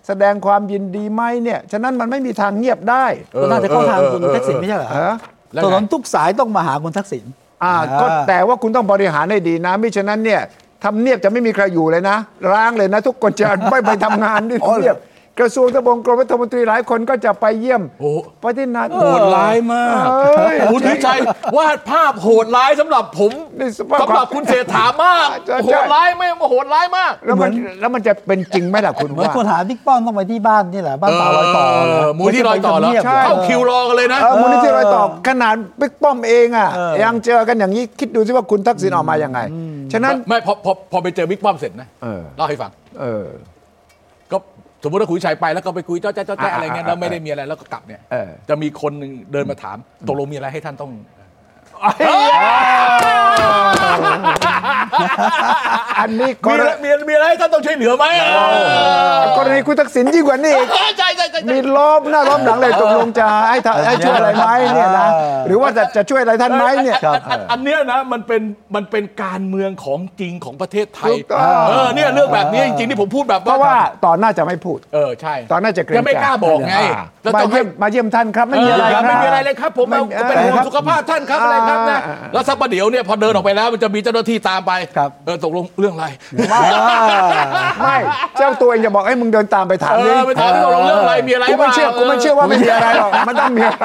B: แสดงความยินดีไหมเนี่ยฉะนั้นมันไม่มีทางเงียบได้
A: ก็น่าจะเข้าทางคุณทักษิณไม่ใช่เหรอ
B: ฮะ
C: แล้ว
A: ถ
C: ไง
A: นนทุกสายต้องมาหาคุณทักษิณ
B: อ่าก็
A: อ่า
B: แต่ว่าคุณต้องบริหารให้ดีนะมิฉะนั้นเนี่ยทำเนียบจะไม่มีใครอยู่เลยนะ ร้างเลยนะ ทุกคนจะ ไม่ไปทำงาน ที่ทำเนียบกระทรวงทบวงกรมรัฐมนตรีหลายคนก็จะไปเยี่ยม
C: โอ้
B: ไปที่นาน
C: โหดร้ายมาก
B: เอ้ย
C: คุณวิชัยวาดภาพโหดร้ายสำหรับผม
B: นี่สภาพ
C: สำหรับคุณเศรษฐามาก
B: ใช่ใช่
C: โหดร้ายไหม่โหดร้ายมาก
B: แล้วมัน
A: เหมือน
B: แล้วมันจะเป็นจริงไหมล่ะคุณ
A: เหมือน
B: ว่า
A: คนหาบิ๊กป้อมต้องไปที่บ้านนี่แหละบ้านป่าลอยต่อ
C: เ
A: นะ
C: มูลที่ลอยต่อแล้ว
A: ไม่ใช่ไปทำนียบ
C: เข้าคิวรอกันเลยนะ
B: เออมูลนิธิรอยต่อขนาดบิ๊กป้อมเองอ่ะ
A: เออ
B: ยังเจอกันอย่างนี้คิดดูสิว่าคุณทักษิณออกมาอย่างไง ฉะนั้น
C: ไม่พอพอพอไปเจอบิ๊กป้อมเสร็จนะ
B: เออ
C: เล่าให้ฟัง
B: เออ
C: ก็สมมติว่าคุณวิชัยไปแล้วก็ไปคุยเจ้าแจ้เจ้าแจ้อะไรเงี้ย
B: อ่าอ่า
C: แล้วไม่ได้มีอะไรแล้วก็กลับเนี่ย
B: เออ
C: จะมีคนหนึ่งเดินมาถามตกลงมีอะไรให้ท่านต้อง
B: อันนี้ก
C: มี
B: ร
C: อะไรมีมีอะไรให้ท่านต้องช่วยเหลือไหม
B: ณีกรณีคุณทักษิณยิ่งกว่านี้อีก
C: ใช่ใช่ใช่ใช่
B: มีล้อมหน้าล้อมหลังเลยตกลงจะให้ทำให้ช่วยอะไรไหมเนี่ยนะ
A: เออ
B: หรือว่าจะจะช่วยอะไรท่านไหมเนี่ย
C: อัอัอันเนี้ยนะมันเป็นมันเป็นการเมืองของจริงของประเทศไทย
B: ถูกต้อง
C: เออเนี่ยเรื่องแบบนี้จริงๆที่ผมพูดแบบ
B: เพราะว่าต่อหน้าจะไม่พูด
C: เออใช่
B: ตอนน่าจะเกรง
C: ยังไม่
B: ใจ
C: กล้าบอกไง
B: อ่า
C: แล้ว
B: มา
C: ต้อง
B: เยี่ย
C: ให้
B: มมาเยี่ยมท่านครับไม่
C: เอ
B: มี
C: อ
B: อะไรครับ
C: ไม่มีอะไรเลยครับ ผม
B: ไม่
C: เอาเป็นห่วงสุขภาพท่านครับอะไรครับนะ
B: อ่าอ่า
C: แล้วสักประเดี๋ยวเนี่ยพอเดินออกไปแล้วมันจะมีเจ้าหน้าที่ตามไป
A: ครับ
C: เออตกลงเรื่องอะไร
B: ไม่เจ้าตัวเองจะบอกให้มึงเดินตามไปถาม
C: เอ
B: นี่
C: อไปถามตกลงเรื่องอะไรมีอะไร
B: กูไม่เชื่อกูไม่เชื่อว่าไม่มีอะไรหรอกมันต้องมีอะไร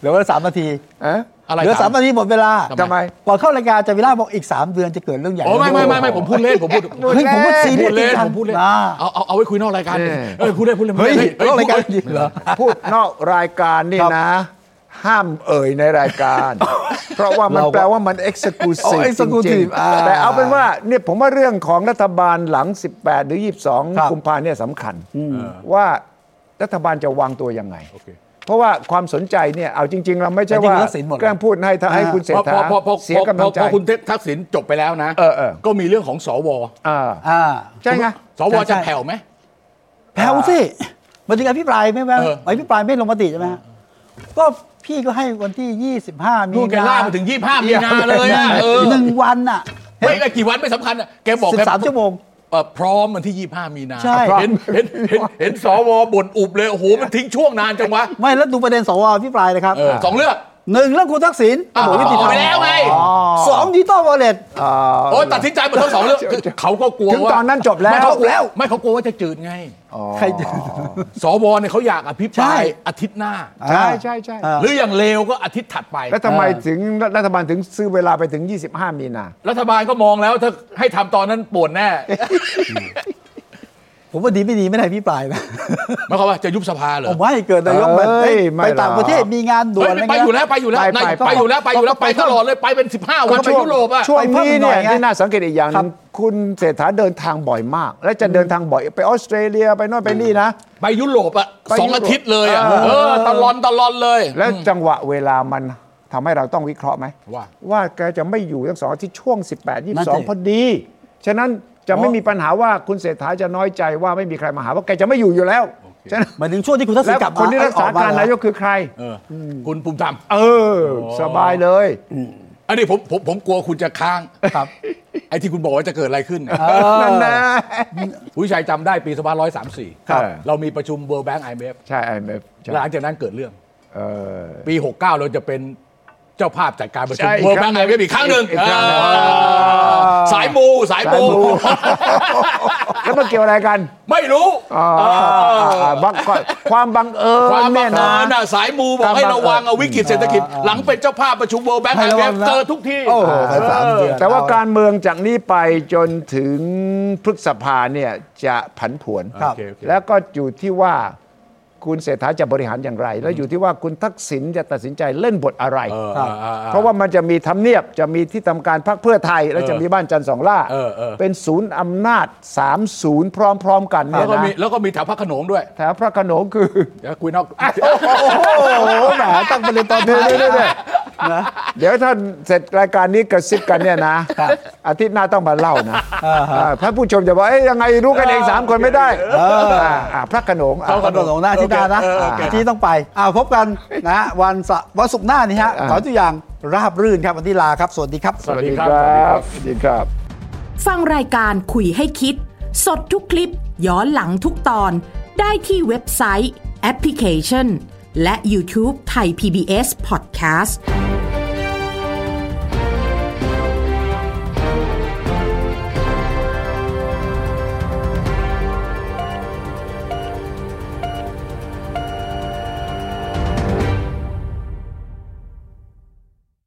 A: เหลือเวลาสามนาที
B: เอ๊ะ
C: อะไร
A: เหลือสามนาทีหมดเวลา
B: ทำไม
A: ก่อนเข้ารายการอาจะวิลาบอกอีก 3 เดือนจะเกิดเรื่องใหญ่
C: โอ้ไม่ไม่ไม่ไม่ผมพูดเล่นผมพูด
A: เฮ้ยผมว่าซี
C: ผม
A: เรียสจริ
C: พูดเล่
A: ง
C: น
A: จั
C: ผ
A: ง
C: มพูดเล่น
A: อ่า
C: เอาเอาเอาไว้คุยนอกรายการ
B: เออ
C: เออพูดเล่นพูดเล่น
A: เฮ้ย
C: เฮ้ย
A: รายการ
C: พูดเล่น
A: จริงเหรอ
B: พูดนอกรายการนี่นะ ห้ามเอ่ยในรายการ เพราะว่ามัน
A: เราก็
B: แปลว่ามัน exclusive
A: อ๋อ
B: จริง
A: exclusive อ่า
B: ๆแต่เอาเป็นว่าเนี่ยผมว่าเรื่องของรัฐบาลหลัง 18 หรือ
A: ครับ
B: 22 กุมภาเนี่ยสำคัญ ว่ารัฐบาลจะวางตัวยังไง
C: โอเค
B: เพราะว่าความสนใจเนี่ยเอาจริง ๆ เราไม่ใช่ว่า
A: แต่จริงๆทักษิณหมด
B: แกล้งพูดให้ถ้าให้คุณเส
C: พอ
B: ถา
C: พอพอ
B: เสียกำลังใจ
C: พอคุณทักษิณจบไปแล้วนะ
B: เออเออ
C: ก็มีเรื่องของสว
B: อ่า
A: อ่า
B: ใช่ไง
C: สวจะแผ่วไหม
A: แผ่วสิมันถึงอภิปรายไม่แม่
C: เออ
A: อภิปรายไม่ลงมติใช่ไหมฮะก็พี่ก็ให้วันที่ 25 มี
C: นู่นแก
A: นา
C: ล่ากมาถึง 25 มีนาเลยอ่ะเออ
A: หนึ่งวันน่ะ
C: ไม่ไม่กี่วันไม่สำคัญอ่ะแกบอก
A: สิ
C: แก
A: บสามชั่วโมง
C: เอ่อพร้อมวันที่ 25 มีนา
A: ใช่
C: เห็นเห็นเห็นเห็นสวบ่นอุบเลย โอ้โห มันทิ้งช่วงนานจังวะ
A: ไม่แล้วดูประเด็นสวอภิปรายเลยครับ
C: เออสองเรื่อง
A: หนึ่งเรื่องคุณทักษิณ
C: อ้าว
A: ระบบยุติธรรม
C: ไปแล้วไง
A: สองดิจิตอลวอลเล็ต
C: โอ้ยตัดสินใจหมดทั้งสองเรื่องคือเขาก็กลัว
B: ถึง
C: ว่า
B: ตอนนั้นจบแล้ว
C: ไม่เขากวไม่เขากลัวว่าจะจืดไง
A: ใครจะ
C: สวเนี่ยเขาอยากอภิป
A: ใช่
C: รายอาทิตย์หน้า
B: ใช่ใช่ใช่
A: อ่า
C: หรืออย่างเลวก็อาทิตย์ถัดไป
B: แล้วทำไมถึงรัฐบาลถึงซื้อเวลาไปถึง 25 มีนา
C: รัฐบาลก็มองแล้วถ้าให้ทำตอนนั้นปวดแน่
A: ผมว่าดีไม่ดีไม่ได้อภิปรายนะ
C: หมายความว่าจะยุบสภาเหรอ
A: ผมว่าให้เกิดนายกแบบ
B: เอ้
A: เอ้
B: ย
A: ย
B: ไม่
A: ไปต่างประเทศ
B: หรอก
A: มีงานด่ว
C: เฮ้
A: น
C: ย
A: อะไร
C: ไป
A: เงี้ย
C: อยู่แล้วไปอยู่แล้ว
B: ไป
C: ไป
B: ไป
C: ไปอยู่แล้วไปอยู่แล้ว
A: ไป
C: ไป
A: ต้อ
C: ต
A: ง
C: ลอดเลยไปเป็น 15 วันไป
B: ช่วง
C: ยุโรปอ่ะ
B: ช่วงนี้
A: ไปเพิ่มหน่
B: เนี่
A: อย ยนะ
B: ที่น่าสังเกตอีกอย่างห
A: ครับ
B: นึงคุณเศรษฐาเดินทางบ่อยมาก และจะเดินทางบ่อยไปออสเตรเลียไปโน่นไปนี่นะ
C: ไปยุโรปอ่ะ
B: ไป
C: สอง
B: ยุโรป
C: อาทิตย์เลยอ่ะเออตลอนตลอนเลย
B: แล้วจังหวะเวลามันทำให้เราต้องวิเคราะห์ไหม
C: ว่า
B: ว่าแกจะไม่อยู่ทั้งสองอาทิตย์ช่วง 18
A: นั่นสิ
B: 22 พอดี ฉะนั้นจะไม่มีปัญหาว่าคุณเศรษฐาจะน้อยใจว่าไม่มีใครมาหาว่าแกจะไม่อยู่อยู่แล้วฉะนั้น
A: หมายถึงช่วงที่คุณทักษิ
B: แล้
A: ณ
B: ว
A: กลับมา
B: คนที่รักษา
A: ออม
B: การ
A: แล้ว
B: นายกคือใคร
C: เอออคุณภูมิธรรม
B: เออ สบายเลย
C: อันนี้ผมผมผมกลัวคุณจะค้างครับ ไอ้ที่คุณบอกว่าจะเกิดอะไรขึ้นเนี่ย
B: นั่นนะ
C: ผู้ชัยจำได้ปี2534
B: ครับ
C: เรามีประชุม World Bank IMF
B: ใช่ IMF ใช่
C: หลังจากนั้นเกิดเรื่อง
B: เออ
C: ปี 69 เราจะเป็นเจ้าภาพจัดการประชุม
B: ใช่
C: World Bank IMF อีกครั้งหนึ่ง
B: อีกครั้งหนึ่ง
C: เออสายมูสายมู
B: แล้วมาเกี่ยวอะไรกัน
C: ไม่รู้
B: อ่าอ่าบังก่อนความบังเอิญ
C: ความบั
B: เนี่
C: ง
B: ย
C: เอิ
B: นะ
C: ญน่ะสายมูบอกให้ระวังเอาวิกฤตเศรษฐกิจ หลังเป็นเจ้าภาพประชุม World Bank
A: ให้ระวัง
C: IMF
A: นะ
C: เจอทุกที่
B: โอ้โห
A: อ่าสามเดือน
B: แต่ว่าการเมืองจากนี้ไปจนถึงพฤษภาเนี่ยจะผันผวน
A: ครับ
C: โอเคโอเค
B: แล้วก็อยู่ที่ว่าคุณเศรษฐาจะบริหารอย่างไร แล้วอยู่ที่ว่าคุณทักษิณจะตัดสินใจเล่นบทอะไร
C: เออ
A: ครับ
C: อ่อ่
B: เพราะว่ามันจะมีทำเนียบจะมีที่ทำการพรรคเพื่อไทย แล้วจะมีบ้านจันทร์สองล่า
C: เออเออ
B: นศูนย์อำนาจสามศูนย์พร้อมๆกันเนี่
C: แล้
B: ยว
C: ก็มี
B: นะ
C: แล้วก็มีแถวพระโขนงด้วย
B: แถวพระโขนงคือ
C: เดี๋ยวคุยนอก
A: โอ้โหแหมตั้งประเด็นตอน
B: เดี๋ยว
A: ท้าย
B: เดี๋ยวเดี๋ยว
A: นะ
B: เดี๋ยวถ้าเสร็จรายการนี้กระซิบกันเนี่ยนะอาทิตย์หน้าต้องมาเล่านะอ่าท่านผู้ชมจะบอกเอ้ยยังไงรู้กันเองสามคนไม่ได้าอ่าพระโขนงอ่า
A: เอาขนมของหน้าที่หน้านะที่ต้องไปอ่าพบกันนะวันเสาร์วันศุกร์หน้านี่ฮะ
B: อ่า
A: ขอให้ทุกอย่างราบรื่นครับวันที่ลาครับ สวัสดีครับ
C: สวัสดี
B: ส
C: ค
B: วัสดี
C: รับ
B: ครับสวัสดีครับ
G: ฟังรายการคุยให้คิด สดทุกคลิปย้อนหลังทุกตอน ได้ที่เว็บไซต์ แอปพลิเคชัน และ YouTube ไทย PBS Podcast